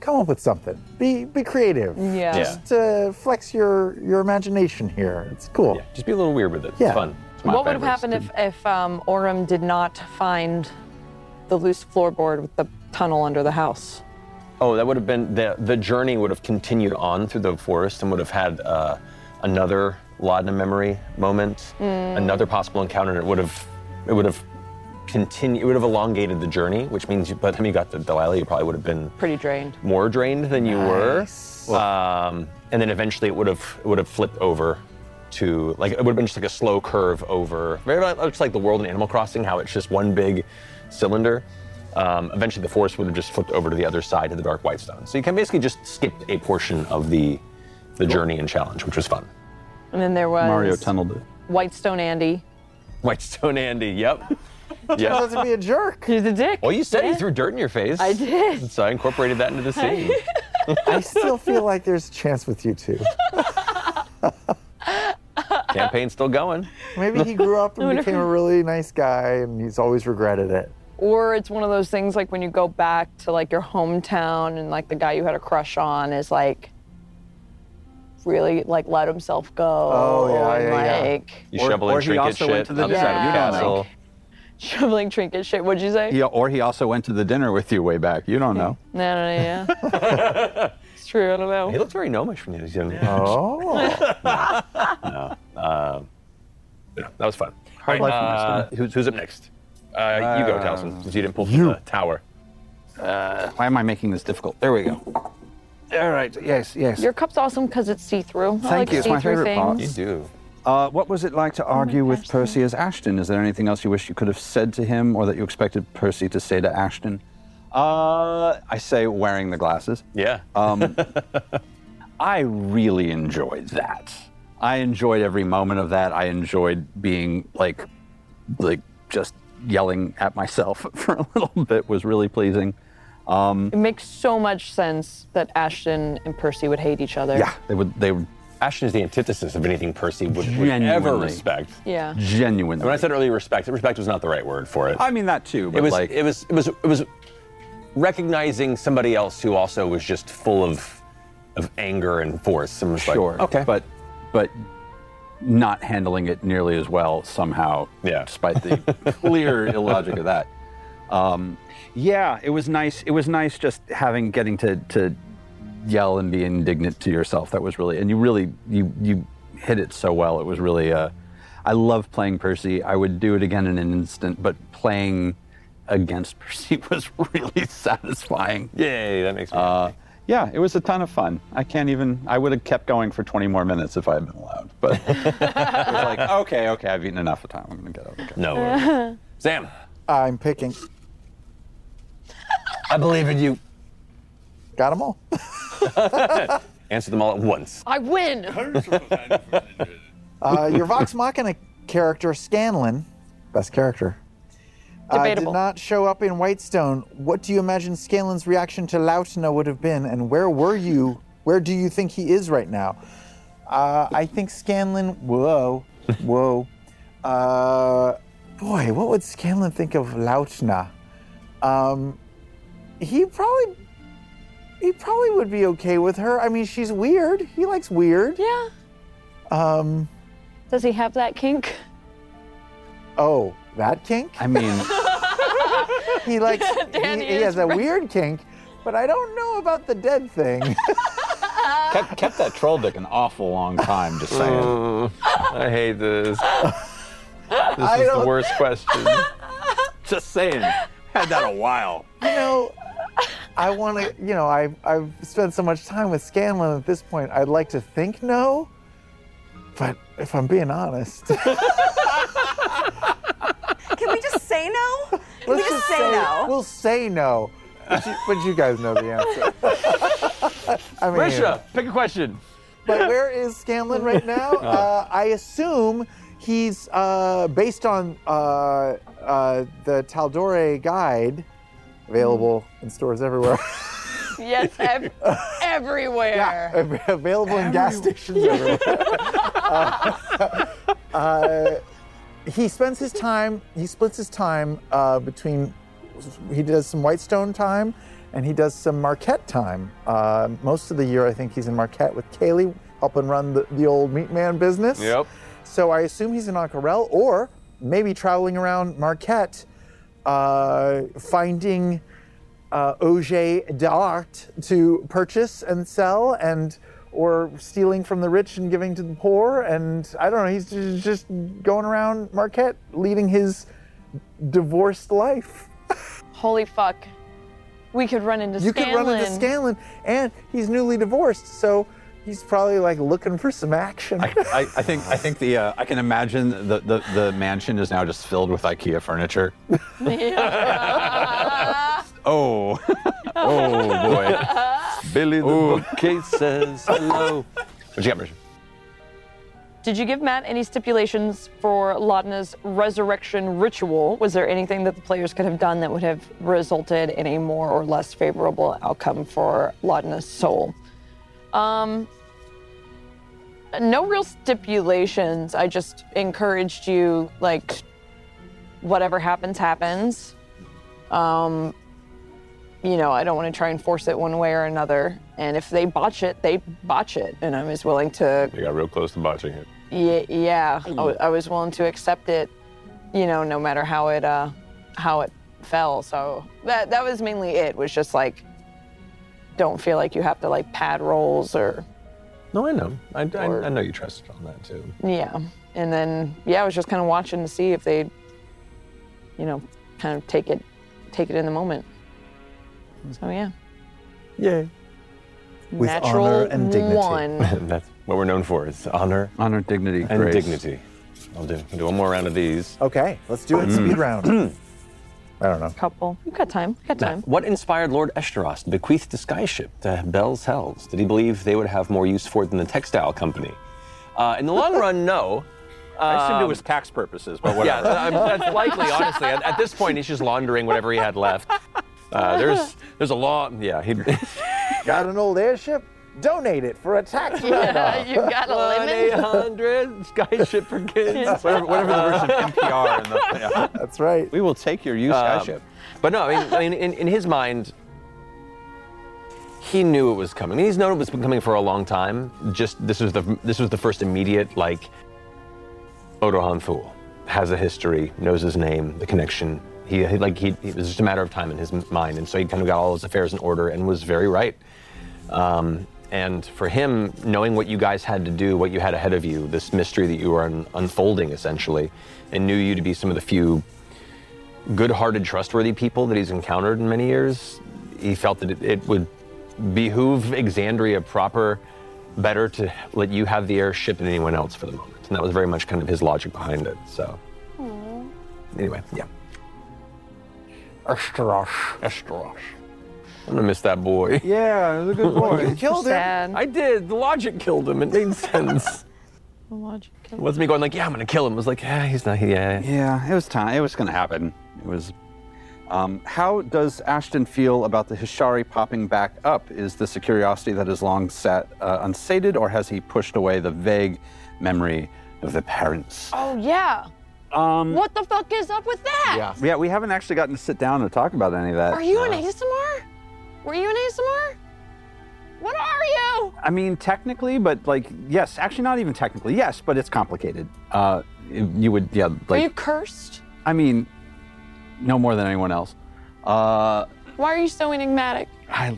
D: come up with something, be be creative,
G: Yeah.
D: just uh, flex your your imagination here. It's cool.
E: Yeah, just be a little weird with it.
D: Yeah.
E: It's fun. It's my
G: What would have
E: favorite.
G: happened if if um, Orem did not find the loose floorboard with the tunnel under the house?
E: Oh, that would have been the the journey would have continued on through the forest and would have had uh, another Laudna memory moment,
G: Hmm.
E: another possible encounter. and It would have it would have continued. It would have elongated the journey, which means you- by the time you got to Delilah, you probably would have been
G: Pretty drained.
E: more drained than you were. Um, and then eventually it would have it would have flipped over to like it would have been just like a slow curve over. Very much just like the world in Animal Crossing, how it's just one big cylinder. Um, eventually the forest would have just flipped over to the other side to the dark white stone. So you can basically just skip a portion of the the journey and challenge, which was fun.
G: And then there was
F: Mario tunneled it.
G: Whitestone Andy.
E: Whitestone Andy, yep.
D: Not
E: yep.
D: to be a jerk.
G: He's a dick.
E: Well, Oh, you said he threw dirt in your face. I
G: did.
E: So I incorporated that into the scene.
D: I still feel like there's a chance with you two.
E: Campaign's still going.
D: Maybe he grew up and became a really nice guy, and he's always regretted it.
G: Or it's one of those things like when you go back to like your hometown and like the guy you had a crush on is like really like let himself go.
D: Oh, yeah,
G: and,
D: yeah, yeah.
G: like
E: You
F: Or-
E: shoveling
F: or he
E: trinket
F: also
E: shit
F: went to the
E: outside of
G: Yeah.
E: castle.
G: shoveling trinket shit. What'd you say?
F: He, or he also went to the dinner with you way back. You don't know.
G: No, no, no, yeah. it's true. I don't know.
E: He looked very gnomish when he was young.
D: Oh,
E: um, Yeah, that was fun.
F: Hard
E: All
F: life Um, for
E: uh,
F: most
E: who's, who's up next? Uh, you go, Towson, since you didn't pull from the tower.
G: Uh,
F: Why am I making this difficult? There we go. All right. Yes. Yes.
G: Your cup's awesome because it's see-through. I
F: Thank
G: like
F: you, it's my
G: see-through
F: favorite part.
G: things. Oh
E: You do.
F: Uh, what was it like to argue with Percy as Ashton? Is there anything else you wish you could have said to him, or that you expected Percy to say to Ashton? Uh, I say wearing the glasses.
E: Yeah.
F: Um, I really enjoyed that. I enjoyed every moment of that. I enjoyed being like, like just yelling at myself for a little bit was really pleasing. Um,
G: It makes so much sense that Ashton and Percy would hate each other.
F: yeah, they would. They would
E: Ashton is the antithesis of anything Percy would, would
F: Genuinely.
E: ever respect.
G: Yeah.
F: genuinely.
E: When I said earlier respect, respect was not the right word for it.
F: I mean that too, but
E: it was
F: like
E: it was it was it was recognizing somebody else who also was just full of of anger and force and was
F: sure,
E: like, okay
F: but but not handling it nearly as well somehow.
E: Yeah.
F: despite the clear illogic of that. Um, yeah, it was nice. It was nice just having getting to to yell and be indignant to yourself. That was really and you really you you hit it so well. It was really. Uh, I love playing Percy. I would do it again in an instant, but playing against Percy was really satisfying.
E: yay that makes me
F: Uh, yeah, it was a ton of fun. I can't even. I would have kept going for 20 more minutes if I had been allowed. But it was like, okay, okay, I've eaten enough of time. I'm gonna get out. Okay.
E: no Sam
D: I'm picking.
E: I believe in you
D: Got them all.
E: answer them all at once
G: I win.
D: Uh, your Vox Machina character, Scanlan, best character, uh, did
G: Debatable.
D: not show up in Whitestone. What do you imagine Scanlan's reaction to Lautna would have been, and where were you? Where do you think he is right now? Uh, I think Scanlan, whoa, whoa. Uh, boy, what would Scanlan think of Lautna? Um, he probably. He probably would be okay with her. I mean, she's weird. He likes weird.
G: yeah.
D: Um,
G: Does he have that kink?
D: Oh, that kink?
F: I mean,
D: He likes. he,
G: Danny
D: he
G: is
D: has a weird kink, but I don't know about the dead thing.
F: kept, kept that troll dick an awful long time. Just saying.
E: Mm. I hate this
D: I don't
E: worst question
F: just saying. Had that a while.
D: you know. I want to, you know, I, I've spent so much time with Scanlan at this point. I'd like to think no, but if I'm being honest,
H: Can we just say no? Can we
D: let's
H: just, say, no?
D: We'll say no. But you, but you guys know the answer. I mean,
E: Risha pick a question
D: But where is Scanlan right now? Uh, I assume he's uh, based on uh, uh, the Taldore guide, available in stores everywhere,
G: Yes, ev- everywhere.
D: available in gas stations everywhere. Uh, uh, he spends his time. He splits his time uh, between. He does some Whitestone time, and he does some Marquette time. Uh, most of the year, I think he's in Marquette with Kaylee, helping run the, the old meat man business.
E: Yep.
D: So I assume he's in Ancarel, or maybe traveling around Marquette, uh, finding uh, objets d'art to purchase and sell, and or stealing from the rich and giving to the poor. And I don't know. He's ju- just going around Marquette, leading his divorced life.
G: Holy fuck. We could run into
D: You
G: Scanlan.
D: could run into Scanlan, and he's newly divorced, so he's probably like looking for some action.
F: I, I think I think the uh, I can imagine the, the the mansion is now just filled with IKEA furniture. oh, oh boy.
G: Uh.
E: Billy the bookcase says hello what you got Risha
G: Did you give Matt any stipulations for Laudna's resurrection ritual? Was there anything that the players could have done that would have resulted in a more or less favorable outcome for Laudna's soul? Um, no real stipulations. I just encouraged you, like, whatever happens, happens. Um, you know, I don't want to try and force it one way or another. And if they botch it, they botch it. And I'm as willing to
E: you got real close to botching it
G: Ye- yeah, I wa- I was willing to accept it, you know, no matter how it uh, how it fell. So that that was mainly it. Was just like, don't feel like you have to like pad rolls or
E: no I know I, I, I know you trusted on that too
G: yeah. And then yeah, I was just kind of watching to see if they, you know, kind of take it take it in the moment. So yeah,
D: yeah. With
G: natural
D: honor and dignity.
G: one.
E: And that's what we're known for is honor
F: Honor, dignity,
E: and
F: grace.
E: dignity I'll do, I'll do one more round of these Mm.
D: Okay, Oh, let's do it.
E: Hmm.
D: Speed round. I don't know.
G: Couple, we've got time. We've got time.
E: What inspired Lord Eshtaroth to bequeath the sky ship to Bell's Hells? Did he believe they would have more use for it than the textile company? Uh, in the long run, no.
J: I assumed it
E: Um,
J: was tax purposes, but whatever.
E: Yeah, that- I'm- that's likely, honestly. At, at this point, he's just laundering whatever he had left. Uh, there's there's a law. Yeah, he,
D: Got an old airship? Donate it for a tax
G: Yeah,
D: write-off.
G: you got a
E: one eight
G: lemon.
E: hundred skyship for kids.
J: Whatever, whatever the version of NPR. And the, yeah.
D: That's right.
J: We will take your used
E: Um,
J: skyship.
E: But no, I mean, I mean in, in his mind, he knew it was coming. He's known it was been coming for a long time. Just this was the this was the first immediate like. Odohan Thul has a history, knows his name, the connection. He, he- like he it was just a matter of time in his mind, and so he kind of got all his affairs in order and was very right. Um, and for him, knowing what you guys had to do, what you had ahead of you, this mystery that you were un- unfolding essentially, and knew you to be some of the few good hearted, trustworthy people that he's encountered in many years, he felt that it, it would behoove Exandria proper better to let you have the airship than anyone else for the moment. And that was very much kind of his logic behind it. So, anyway, yeah. Estrosh. Estrosh. I'm gonna miss that boy.
J: Yeah, it was a good boy.
D: Killed him.
G: Sad.
E: I did. The logic killed him. It made sense. it
G: Logical.
E: wasn't me going like, yeah, I'm gonna kill him. It was like, yeah, he's not. Yeah.
F: Yeah, it was time. It was going to happen. It was. Um, how does Ashton feel about the Hishari popping back up? Is this a curiosity that has long sat uh, unsated, or has he pushed away the vague memory of the parents?
G: Oh yeah. Um. What the fuck is up with that?
F: Yeah, we haven't actually gotten to sit down and talk about any of that. Uh,
G: Are you an ASMR? Were you an ASMR? What are you?
F: I mean, technically, but like, yes, actually, not even technically, yes, but it's complicated. Uh, you would, yeah,
G: Are
F: like,
G: you cursed?
F: I mean, no more than anyone else. Uh,
G: Why are you so enigmatic?
F: I,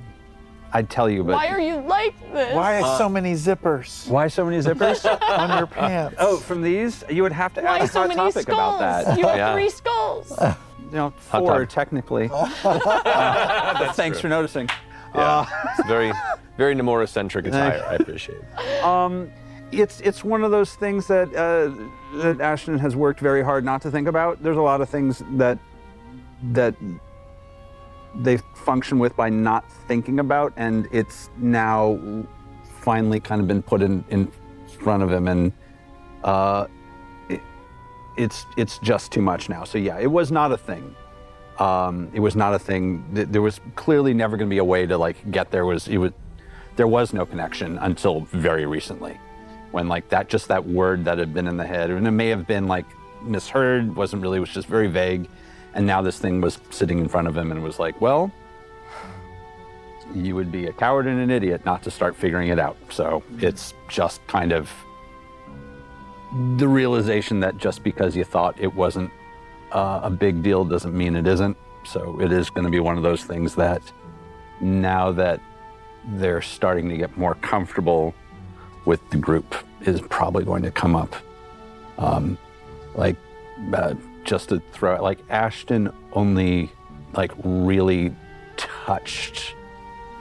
F: I'd tell you, but
G: Why are you like this?
D: Why so many zippers
F: why so many zippers?
D: on your pants?
F: Oh, from these, you would have to
G: Why
F: ask
G: so
F: Hot
G: many
F: Topic
G: skulls?
F: about that.
G: You have
E: Yeah.
G: three skulls.
F: You know, four
E: Topic.
F: technically. Uh, thanks for noticing.
E: It's very, very Nomura-centric attire. I appreciate it.
F: Um, It's it's one of those things that uh, that Ashton has worked very hard not to think about. There's a lot of things that that they function with by not thinking about, and it's now finally kind of been put in in front of him, and uh, it, it's it's just too much now. So yeah, it was not a thing. Um, it was not a thing. Th- There was clearly never going to be a way to like get there. Was it was there was no connection until very recently, when like that just that word that had been in the head, and it may have been like misheard, wasn't really, was just very vague, and now this thing was sitting in front of him and was like, well, you would be a coward and an idiot not to start figuring it out. So it's just kind of the realization that just because you thought it wasn't uh, a big deal doesn't mean it isn't. So it is going to be one of those things that now that they're starting to get more comfortable with the group is probably going to come up. Um, like, uh, just to throw it, like Ashton only like really touched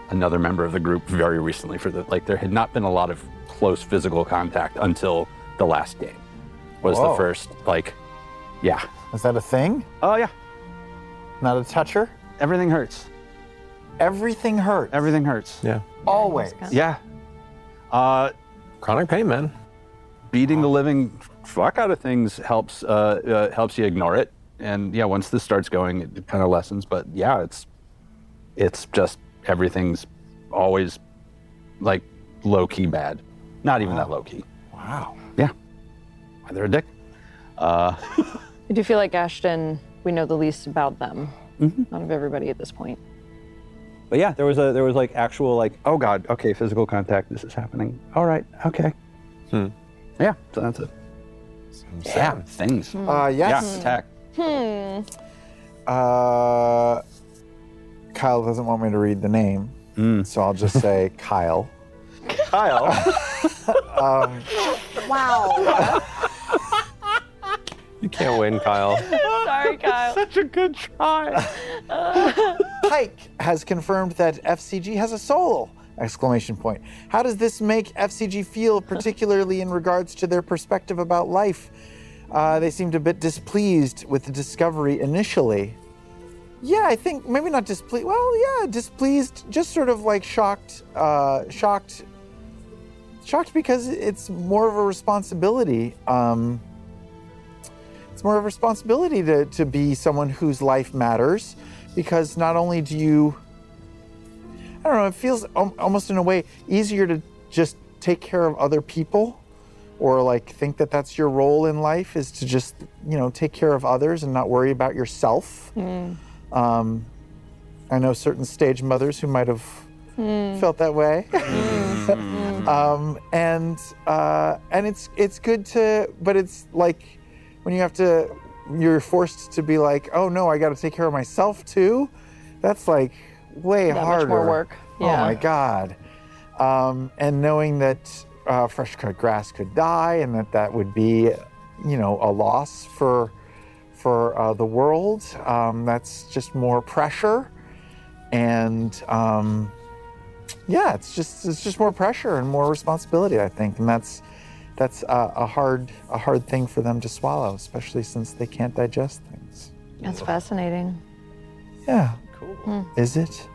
F: another member of the group very recently for the like there had not been a lot of close physical contact until the last game was the
D: Whoa.
F: first like yeah
D: Is that a thing?
F: oh yeah
D: Not a toucher?
F: everything hurts
D: Everything hurts.
F: everything hurts
E: Yeah.
D: Always.
F: yeah uh
E: Chronic pain, man.
F: beating the living fuck out of things helps uh, uh, helps you ignore it. And yeah, once this starts going, it kind of lessens. But yeah, it's it's just everything's always like low key bad. Not even that low key.
D: Wow.
F: Yeah, why they're a dick. Uh,
G: I do feel like Ashton. We know the least about them,
D: Mm-hmm.
G: out of everybody at this point.
F: But yeah, there was a there was like actual like oh god okay physical contact this is happening all right okay Hmm. yeah so that's it yeah things
D: Uh, yes.
G: Hmm.
F: yeah attack
D: Uh, Kyle doesn't want me to read the name,
F: Mm.
D: so I'll just say Kyle. Um,
F: Kyle
E: Oh.
H: Wow.
E: You can't win, Kyle.
G: Sorry, Kyle.
F: such a good try
D: Pike has confirmed that FCG has a soul! Exclamation point. How does this make FCG feel, particularly in regards to their perspective about life? Uh, they seemed a bit displeased with the discovery initially. Yeah, I think maybe not displeased. Well, yeah, displeased, just sort of like shocked, uh, shocked, shocked because it's more of a responsibility um, it's more of a responsibility to, to be someone whose life matters because not only do you i don't know it feels al- almost in a way easier to just take care of other people or like think that that's your role in life is to just you know take care of others and not worry about yourself um, i know certain stage mothers who might have
G: Mm.
D: felt that way um, and uh, and it's it's good to, but it's like when you have to, you're forced to be like, oh no, I got to take care of myself too. That's like way
G: much more
D: harder.
G: work.
D: Oh
G: Yeah.
D: my god. Um, and knowing that uh, fresh cut grass could die, and that that would be, you know, a loss for for uh, the world. Um, that's just more pressure, and. Um, yeah, it's just it's just more pressure and more responsibility, I think, and that's that's a, a hard a hard thing for them to swallow, especially since they can't digest things.
G: That's fascinating. Hmm.
D: Yeah. Cool. Is it?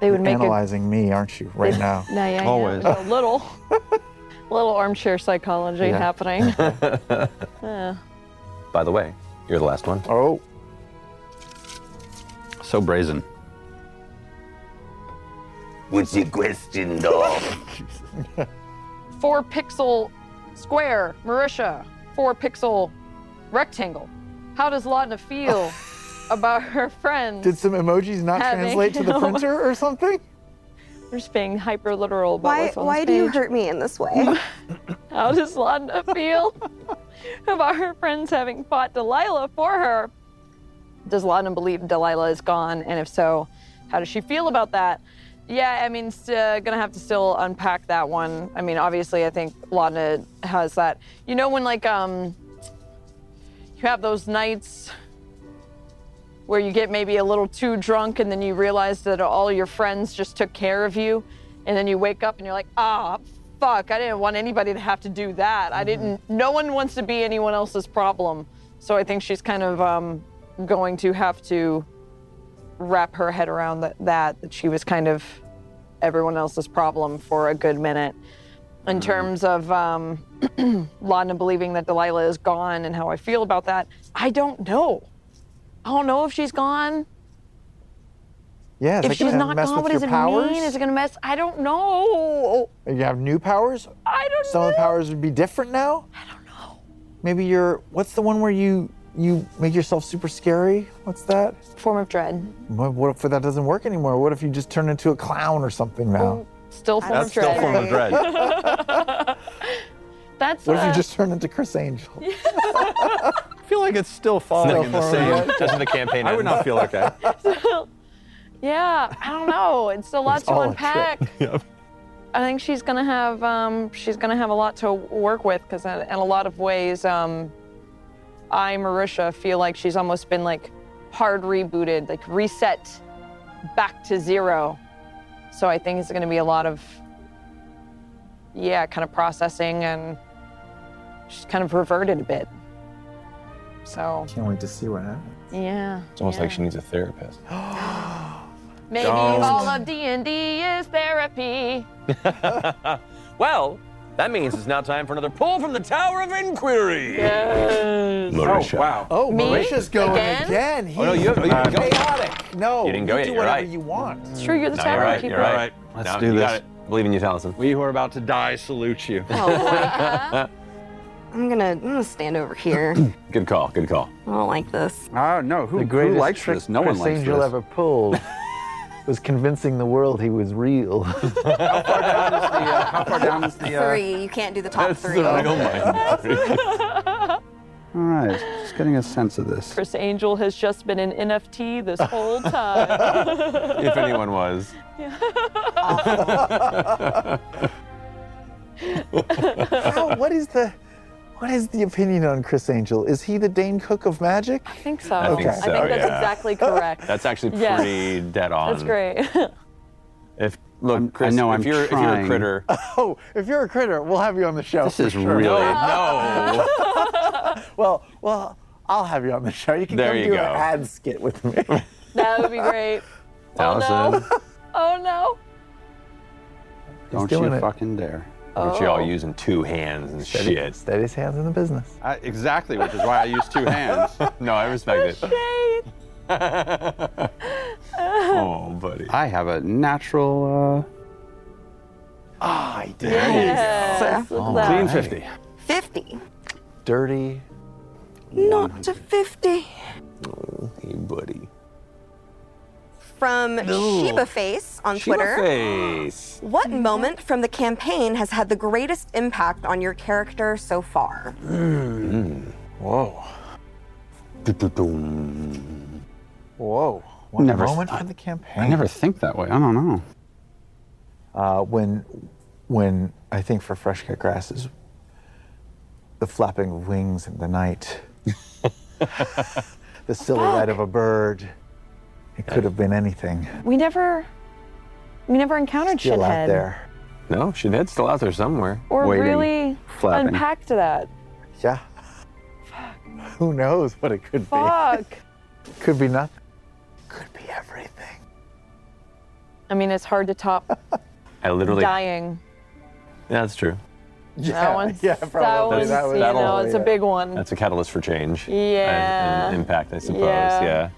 G: They would
D: You're
G: make a
D: analyzing me, aren't you, right now?
G: No, yeah,
J: Always.
G: yeah. A little, little armchair psychology happening. Yeah.
E: By the way, you're the last one.
D: Oh,
F: So brazen.
K: What's the question, though?
G: Four pixel square, Marisha. Four pixel rectangle. How does Laudna feel about her friends?
D: Oh. did some emojis not
G: Having-
D: translate to the printer or something?
G: We're just being hyper literal about
H: Why,
G: what's on
H: why
G: this
H: do you
G: page.
H: hurt me in this way?
G: How does Laudna feel about her friends having fought Delilah for her? Does Laudna believe Delilah is gone? And if so, how does she feel about that? Yeah, I mean, s- uh, gonna have to still unpack that one. I mean, obviously, I think Laudna has that. You know, when like um, you have those nights where you get maybe a little too drunk and then you realize that all your friends just took care of you and then you wake up and you're like ah fuck i didn't want anybody to have to do that i didn't no one wants to be anyone else's problem so i think she's kind of um, going to have to wrap her head around that, that that she was kind of everyone else's problem for a good minute in
D: Mm-hmm.
G: terms of um, Lana believing that Delilah is gone and how I feel about that, I don't know. I don't know if she's gone.
D: Yeah. Is
G: if
D: it
G: she's
D: gonna
G: not
D: mess
G: gone,
D: with
G: what
D: your
G: does it
D: powers?
G: mean? Is it gonna mess? I don't know.
D: Are you gonna have new powers?
G: I don't
D: Some
G: know.
D: of the powers would be different now. I don't know. Maybe you're. What's the one where you you make yourself super scary? What's that?
G: Form of dread.
D: What, what if that doesn't work anymore? What if you just turn into a clown or something now?
G: Still form
J: That's
G: of
J: still
G: dread.
J: a form of dread.
G: That's
D: What if you
G: uh,
D: just turn into Chris Angel?
J: I feel like it's still falling in the
D: form
J: same.
D: of
E: Just the campaign.
J: I would not feel like that.
G: Yeah, I don't know. It's a lot to
D: all a
G: unpack. I think she's gonna have um, she's gonna have a lot to work with because in, in a lot of ways, um, I Marisha feel like she's almost been like hard rebooted, like reset back to zero. So I think it's gonna be a lot of yeah, kind of processing and she's kind of reverted a bit. So
D: Can't wait to see what happens.
G: yeah,
E: It's almost like she needs a therapist.
G: maybe all of D and D is therapy.
E: Well, that means it's now time for another pull from the Tower of Inquiry.
I: Marisha.
D: Oh,
G: Me?
D: Marisha's going
G: Again?
D: again. He's
E: Oh, no, you, you didn't go.
D: chaotic. No,
E: You didn't go yet,
D: do
E: you're
D: whatever
E: right.
D: you want.
G: Sure, you're the
E: No,
G: tower
E: you're right.
G: keeper.
E: You're right.
J: Let's
E: No,
J: do
E: you got
J: this.
E: it. I believe in you, Allison.
J: We who are about to die salute you.
G: Oh,
H: I'm gonna, I'm gonna stand over here.
E: Good call. Good call.
H: I don't like this.
F: Oh, no. Who,
D: The
F: who
D: greatest
F: likes
D: trick
F: this? No
D: Chris
F: one likes
D: Angel
F: this.
D: ever pulled was convincing the world he was real.
F: How far down is the. Uh...
H: Three, you can't do the top three.
F: All right. Just getting a sense of this.
G: Chris Angel has just been an NFT this whole time.
E: if anyone was.
D: How, what is the what is the opinion on Chris Angel? Is he the Dane Cook of magic?
G: I think so.
E: I
D: think
G: I
E: so,
G: think that's
E: yeah.
G: exactly correct.
E: That's actually
G: Yes.
E: pretty dead on.
G: That's great.
E: If look,
F: I'm- I
E: Chris,
F: know
E: if
F: I'm
E: you're if you're
F: trying.
E: a critter,
D: Oh, if you're a critter, we'll have you on the show.
F: This is
E: no,
F: really.
E: no,
D: Well, well, I'll have you on the show. You can
E: There
D: come
E: you
D: do
E: go.
D: an ad skit with me.
G: that would be great. Oh no.
E: Allison.
G: Oh no.
F: Don't
D: doing
F: you
D: it.
F: fucking dare.
E: Which you
G: Oh.
E: all use in two hands and
D: Steady-
E: shit.
D: Steadiest hands in the business.
J: I, exactly, which is why I use two hands.
E: No, I respect it.
J: oh, buddy.
F: I have a natural. Uh,
D: Ah, I did.
H: Yes.
F: All
H: Well,
F: right.
H: 50.
D: Dirty.
H: Not to 50.
E: Mm. Hey, buddy.
H: From Sheba Face on Twitter.
E: Face.
H: What
G: Mm-hmm.
H: moment from the campaign has had the greatest impact on your character so far?
E: Mm.
J: Whoa.
D: Whoa. One
F: Never
D: moment
F: thought-
D: from the campaign.
F: I never think that way. I don't know.
D: uh, when when I think for fresh cut grass is the flapping of wings in the night, the silhouette of a bird. It could have been anything.
G: We never, we never encountered
D: Still
G: shithead
D: out there.
E: No, shithead's still out there somewhere.
G: or
F: Waiting,
G: really
F: flapping.
G: unpacked that.
D: Yeah. Who knows what it could
G: Fuck.
D: be? Could be nothing. Could be everything.
G: I mean, it's hard to top
E: I literally.
G: dying.
E: Yeah, that's true.
G: that one's,
D: yeah,
G: that
D: probably.
G: one's,
D: That was-
G: you
E: that'll-
G: know, it's a big one.
E: That's a catalyst for change. and-
G: Yeah.
E: And, impact, I suppose.
G: Yeah.
E: Yeah.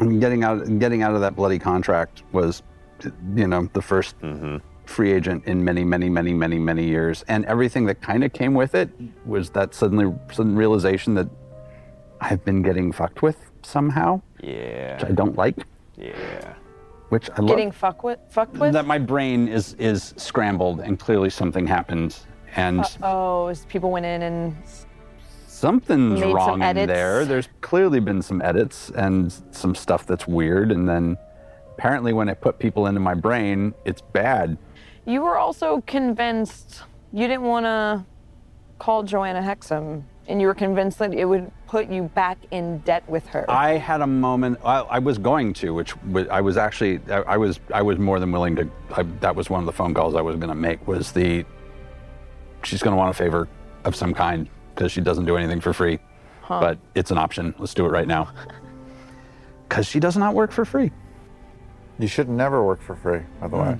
F: And getting out, getting out of that bloody contract was, you know, the 1st
E: Mm-hmm.
F: free agent in many, many, many, many, many years. And everything that kind of came with it was that suddenly sudden realization that I've been getting fucked with somehow, which I
E: Yeah.
F: don't like,
E: Yeah.
F: which I love.
G: Getting fuck with, fucked with.
F: that my brain is is scrambled and clearly something happened and
G: oh, is people went in and
F: something's
G: Made some
F: wrong in
G: edits.
F: there. There's clearly been some edits and some stuff that's weird. And then apparently, when I put people into my brain, it's bad.
G: you were also convinced you didn't want to call Joanna Hexum, and you were convinced that it would put you back in debt with her.
F: I had a moment. I, I was going to, which was, I was actually. I, I was. I was more than willing to. I, that was one of the phone calls I was going to make. Was the she's going to want a favor of some kind because she doesn't do anything for free. But it's an option. Let's do it right now. Because she does not work for free. Mm.
D: You should never work for free, by the way.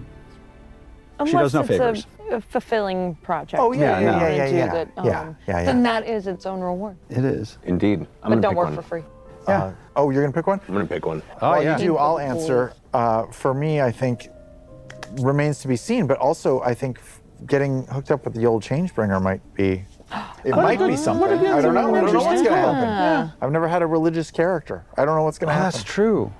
G: Unless
F: does no
G: it's
F: favors.
G: A, a fulfilling project.
D: Oh, yeah,
G: that
F: yeah,
G: you
F: yeah,
G: wanna
D: yeah,
G: do
D: yeah.
G: that, um,
D: Yeah, yeah, yeah.
G: Then that is its own reward.
F: It is.
E: Indeed. I'm
G: But
E: gonna
G: don't
E: pick
G: work
E: one. Uh,
G: for free.
D: Yeah. oh, you're gonna pick one.
E: I'm gonna pick one.
F: Oh
D: While
F: yeah.
D: you do, I'll answer. Uh, for me, I think remains to be seen, but also I think f- getting hooked up with the old Changebringer might be.
F: Oh,
D: It might be something. I don't know. I don't know what's going to happen. I've never had a religious character. I don't know what's going to
F: Oh,
D: happen.
F: that's true.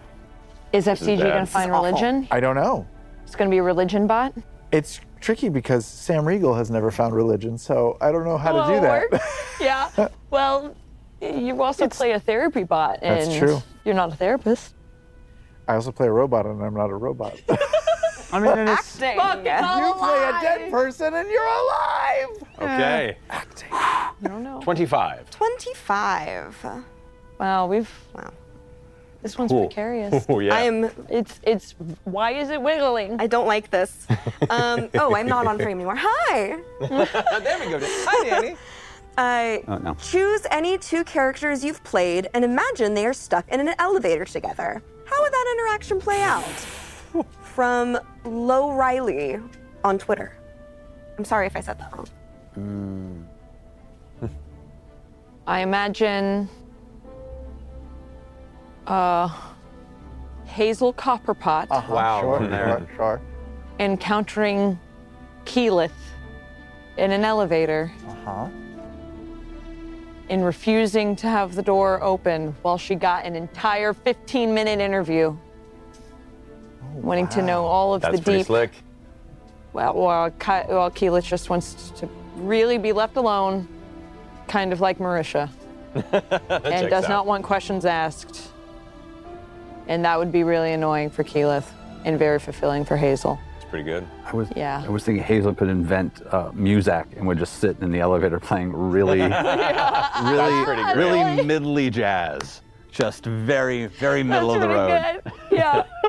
G: Is FCG going to find religion?
D: I don't know.
G: It's going to be a religion bot.
D: It's tricky because Sam Riegel has never found religion, so I don't know how to do that.
G: yeah. Well, you also play a therapy bot, and
D: That's true.
G: you're not a therapist.
D: I also play a robot, and I'm not a robot.
F: I mean, it is.
C: Dang.
D: you play a dead person, and you're alive.
E: Okay.
G: I don't know.
E: 25.
H: 25.
G: Wow, we've
H: Wow.
G: this one's precarious.
E: Oh, yeah.
H: I am
G: it's it's why is it wiggling?
H: I don't like this. Um, oh, I'm not on frame anymore. Hi.
E: there we go. Hi, Danny.
H: Uh,
F: Oh, no.
H: Choose any two characters you've played and imagine they are stuck in an elevator together. How would that interaction play out? From Low Riley on Twitter. I'm sorry if I said that wrong.
G: I imagine uh, Hazel Copperpot
D: Oh, Wow. Uh-huh. Sure,
J: there.
D: sure, sure.
G: encountering Keyleth in an elevator
D: Uh-huh.
G: and refusing to have the door open while she got an entire 15 minute
D: Oh,
G: interview. wanting to know all of
E: That's
G: the
E: pretty
G: deep
E: slick.
G: Well, well, Ki- well, Keyleth just wants to really be left alone, kind of like Marisha, and
E: checks
G: does
E: out.
G: not want questions asked. And that would be really annoying for Keyleth and very fulfilling for Hazel.
E: It's pretty good.
F: I was.
G: Yeah.
F: I was thinking Hazel could invent uh, Muzak and would just sit in the elevator playing really, really,
E: pretty
G: great.
F: really
G: Really?
F: middly jazz. Just very, very middle of the road.
G: good. Yeah, I,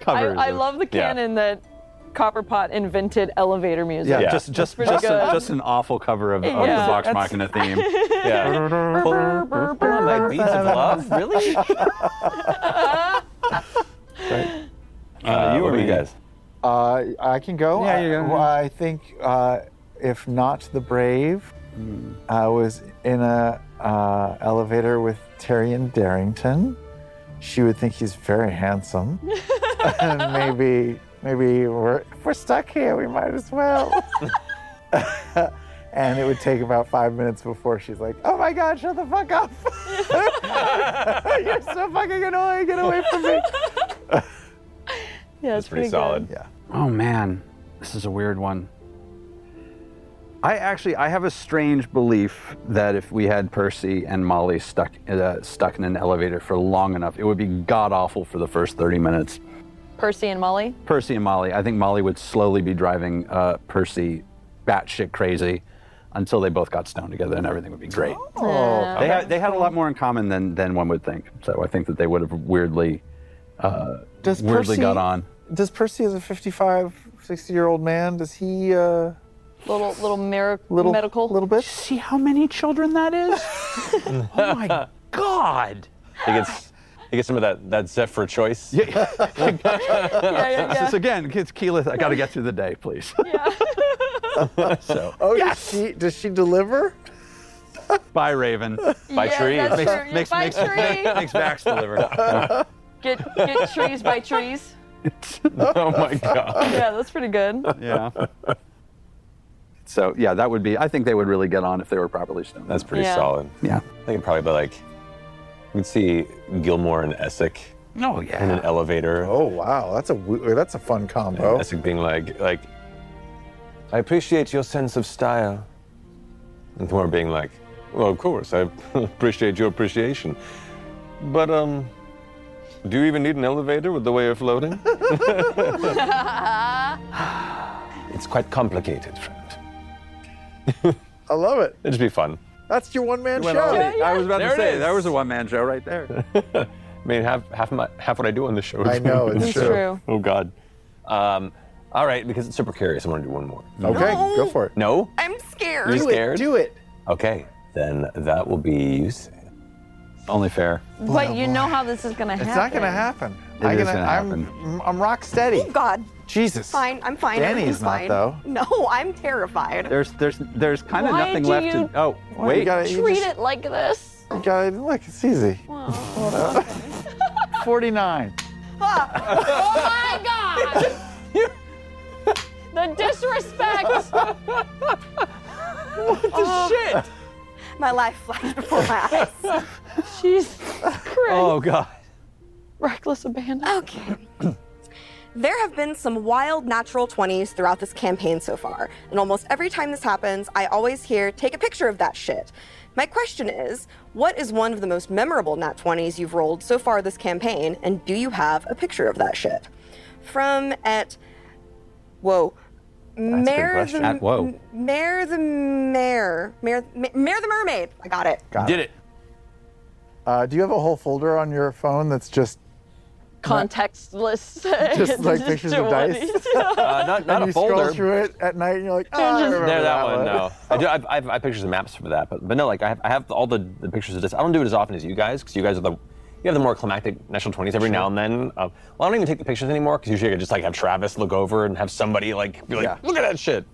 F: Covers.
G: I
F: of-
G: love the
E: Yeah.
G: canon that Copperpot invented elevator music.
F: Yeah,
E: Yeah.
F: just just
G: pretty
F: just, a,
G: good.
F: just an awful cover of, of
G: Yeah.
F: the Vox Machina theme.
E: Yeah.
G: Brr, brr, brr.
E: like beads of love? Really?
F: Uh,
E: you
F: what
E: or
F: do
E: me?
F: Uh, you guys?
D: Uh, I can go.
F: Yeah,
D: I,
F: you go.
D: well, I think uh, if not the brave,
F: Hmm.
D: I was in a uh, elevator with Tyrion Darrington. She would think he's very handsome. and maybe, maybe we're if we're stuck here. We might as well. and it would take about five minutes before she's like, "Oh my God, shut the fuck up! You're so fucking annoying. Get away from me!"
G: Yeah, it's pretty, solid.
D: Yeah.
F: Oh man, this is a weird one. I actually I have a strange belief that if we had Percy and Molly stuck uh, stuck in an elevator for long enough, it would be god awful for the first thirty minutes.
G: Percy and Molly.
F: Percy and Molly, I think Molly would slowly be driving uh, Percy batshit crazy until they both got stoned together and everything would be great.
G: Yeah.
F: They, had, they had a lot more in common than, than one would think. So I think that they would have weirdly uh,
D: Does
F: weirdly
D: Percy-
F: got on.
D: Does Percy, as a 55, 60 year old man, does he uh,
G: Little little miracle
D: little
G: medical.
D: little bit?
F: See how many children that is? oh my god.
E: He gets he gets some of that that Zephyr choice.
G: yeah, yeah,
F: This is again, it's Keyleth. I got to get through the day, please. so,
D: Oh, yes. She, does she deliver?
F: bye, Raven.
E: By
G: yeah,
E: trees.
G: That's
E: Makes-
G: true.
F: makes-
G: by
F: makes-
G: tree.
F: Thanks, Max. Deliver.
G: Get get trees by trees.
E: Oh my god.
G: Yeah, that's pretty good.
F: Yeah. So yeah, that would be. I think they would really get on if they were properly stoned.
E: That's pretty
G: Yeah.
E: solid.
F: yeah.
E: I think it'd probably be like we'd see Gilmore and Essex
F: Oh
E: in an elevator.
D: Oh wow, that's a w- that's a fun combo.
E: And Essex being like like I appreciate your sense of style. And Gilmore being like, Well of course, I appreciate your appreciation. But um do you even need an elevator with the way you're floating? it's quite complicated, friend.
D: I love it.
E: It'd just be fun.
D: That's your one man
F: Went on.
D: show.
F: I was about
E: There
F: to
E: it
F: say
E: is.
F: that was a one-man show right there.
E: I mean, half half my half what I do on the show. is-
D: I know, it's
G: That's true.
E: oh God. Um, all right, because it's super curious. I'm gonna do one more.
D: Okay, go for it.
E: No.
H: I'm scared.
E: You're scared.
D: Do it.
E: Okay, then that will be you. Sam.
F: Only fair.
G: But you know how this is gonna happen.
D: It's not gonna happen.
F: It
D: I'm
F: is
D: gonna,
F: gonna
D: I'm,
F: happen.
D: I'm rock steady.
H: God,
D: Jesus.
H: fine. I'm fine.
D: Danny's
H: I'm
D: not,
H: fine.
D: though.
H: No, I'm terrified.
F: There's there's there's kind of
G: Why
F: nothing
G: do
F: left
G: you-
F: to. Oh
D: Well,
F: wait.
D: You gotta, you
G: Treat
D: just-
G: it like this.
D: you gotta- look, it's easy. Forty-nine.
G: Oh my God! the disrespect. Oh.
H: My life flashed before my eyes.
G: She's crazy.
F: Oh god.
G: Reckless abandon.
H: Okay. There have been some wild natural 20s throughout this campaign so far, and almost every time this happens, I always hear, take a picture of that shit. My question is, what is one of the most memorable nat 20s you've rolled so far this campaign, and do you have a picture of that shit? From at, whoa, Mayor the,
E: question. At whoa.
H: Mayor the Mayor, Mayor, Mayor the Mermaid. I got it.
E: Did it.
D: Uh, do you have a whole folder on your phone that's just
G: Contextless.
D: Just like pictures of dice?
E: Uh, not not
D: and
E: a
D: you
E: folder.
D: scroll through it at night and you're like, oh, I remember
E: There, that,
D: that
E: one. No, I do. I, I, have, I have pictures of maps for that, but but no, like I have, I have all the, the pictures of this. I don't do it as often as you guys because you guys are the you have the more climactic national twenties every now and then. Uh, well, I don't even take the pictures anymore because usually I just like have Travis look over and have somebody like be like,
F: Yeah.
E: look at that shit.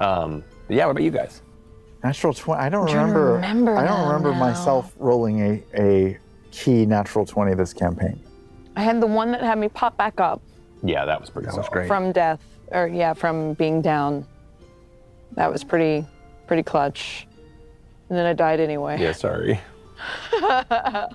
E: Um, but yeah, what about you guys?
D: Natural twenty. I don't remember.
G: remember
D: I don't
G: them
D: remember
G: now.
D: myself rolling a, a key natural twenty this campaign.
G: I had the one that had me pop back up
E: Yeah, that was pretty.
F: That was
E: solid.
F: great.
G: from death, or yeah, from being down. That was pretty, pretty clutch. And then I died anyway.
E: Yeah, sorry.
F: yeah,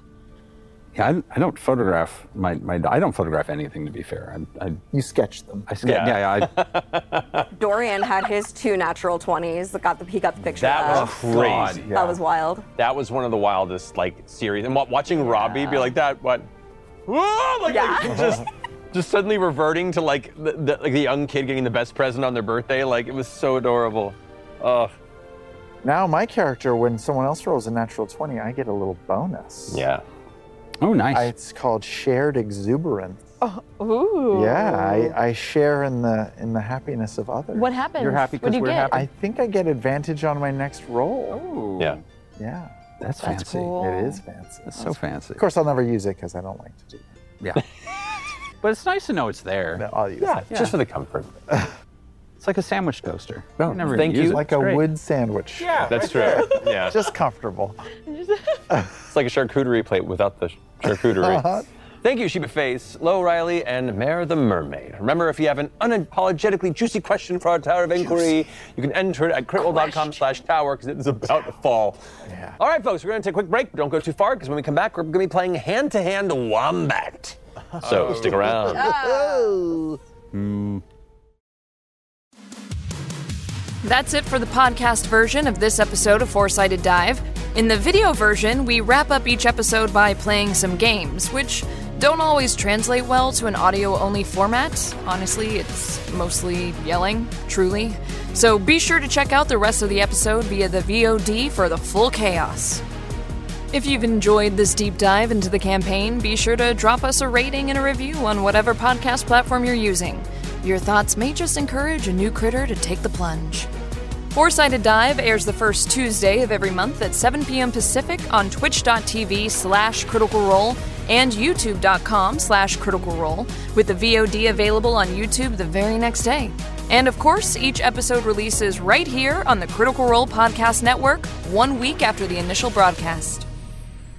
F: I, I don't photograph my, my I don't photograph anything to be fair. I I,
D: You sketched them.
F: I sca- yeah.
E: Yeah.
F: yeah, I,
H: Dorian had his two natural 20s. that Got the, he got the picture
E: That
H: of
E: was crazy.
H: That was wild.
E: That was one of the wildest like series. And wa- watching Robbie be like that, what? Whoa! Like,
H: Yeah.
E: like, just just suddenly reverting to like the, the like the young kid getting the best present on their birthday. Like it was so adorable. Oh
D: Now my character, when someone else rolls a natural twenty, I get a little bonus.
E: yeah.
F: oh nice.
D: I- it's called shared exuberance.
G: Oh, Ooh.
D: Yeah, I, I share in the in the happiness of others.
G: What happens?
F: You're happy
G: What
F: 'cause
G: do you
F: we're
G: get?
F: happy.
D: I think I get advantage on my next roll.
F: Ooh.
E: Yeah.
D: Yeah,
F: That's
G: That's
F: fancy.
G: cool.
D: it is fancy.
F: That's so fancy.
D: Of course, I'll never use it because I don't like to do.
F: Yeah. But it's nice to know it's there.
E: Yeah, just for the comfort.
F: It's like a sandwich toaster.
E: No,
F: You never
E: thank
F: use
E: you.
F: it.
D: like
F: It's
D: a
F: great.
D: wood sandwich.
E: Yeah, That's right true. there. Yeah.
D: Just comfortable.
E: It's like a charcuterie plate without the
D: Uh-huh.
E: charcuterie. Thank you, Sheba Face, Lo Riley, and Mare the Mermaid. Remember, if you have an unapologetically juicy question for our Tower of Inquiry, you can enter it at critwell.com slash tower because it is about to fall. All right, folks, we're going to take a quick break. Don't go too far because when we come back, we're going to be playing hand-to-hand wombat.
D: Oh.
E: So stick around. Mm.
C: That's it for the podcast version of this episode of Four Sided Dive. In the video version, we wrap up each episode by playing some games, which don't always translate well to an audio only format. Honestly, it's mostly yelling, truly. So be sure to check out the rest of the episode via the VOD for the full chaos. If you've enjoyed this deep dive into the campaign, be sure to drop us a rating and a review on whatever podcast platform you're using. Your thoughts may just encourage a new critter to take the plunge. Four Sided Dive airs the first Tuesday of every month at 7 p.m. Pacific on twitch.tv slash critical role and youtube.com slash critical role, with the VOD available on YouTube the very next day. And of course, each episode releases right here on the Critical Role Podcast Network one week after the initial broadcast.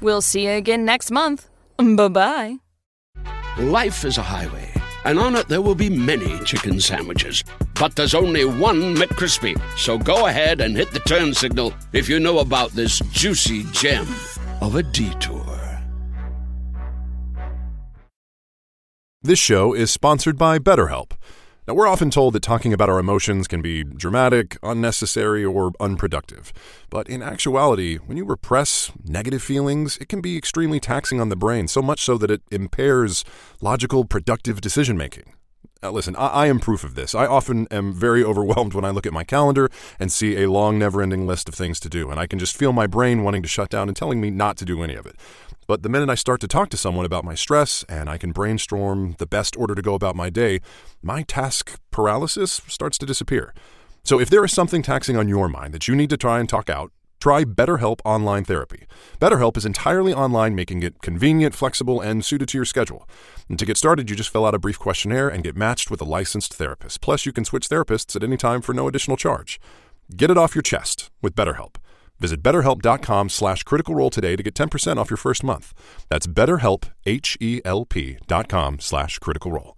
C: We'll see you again next month. Bye bye.
A: Life is a highway, and on it there will be many chicken sandwiches. But there's only one McCrispy. So go ahead and hit the turn signal if you know about this juicy gem of a detour.
L: This show is sponsored by BetterHelp. Now, we're often told that talking about our emotions can be dramatic, unnecessary, or unproductive. But in actuality, when you repress negative feelings, it can be extremely taxing on the brain, so much so that it impairs logical, productive decision making. Now, listen, I-, I am proof of this. I often am very overwhelmed when I look at my calendar and see a long, never ending list of things to do, and I can just feel my brain wanting to shut down and telling me not to do any of it. But the minute I start to talk to someone about my stress and I can brainstorm the best order to go about my day, my task paralysis starts to disappear. So if there is something taxing on your mind that you need to try and talk out, try BetterHelp Online Therapy. BetterHelp is entirely online, making it convenient, flexible, and suited to your schedule. And to get started, you just fill out a brief questionnaire and get matched with a licensed therapist. Plus, you can switch therapists at any time for no additional charge. Get it off your chest with BetterHelp. Visit betterhelp.com slash critical role today to get E 10% off your first month. That's betterhelp, H-E-L-P dot com slash critical role.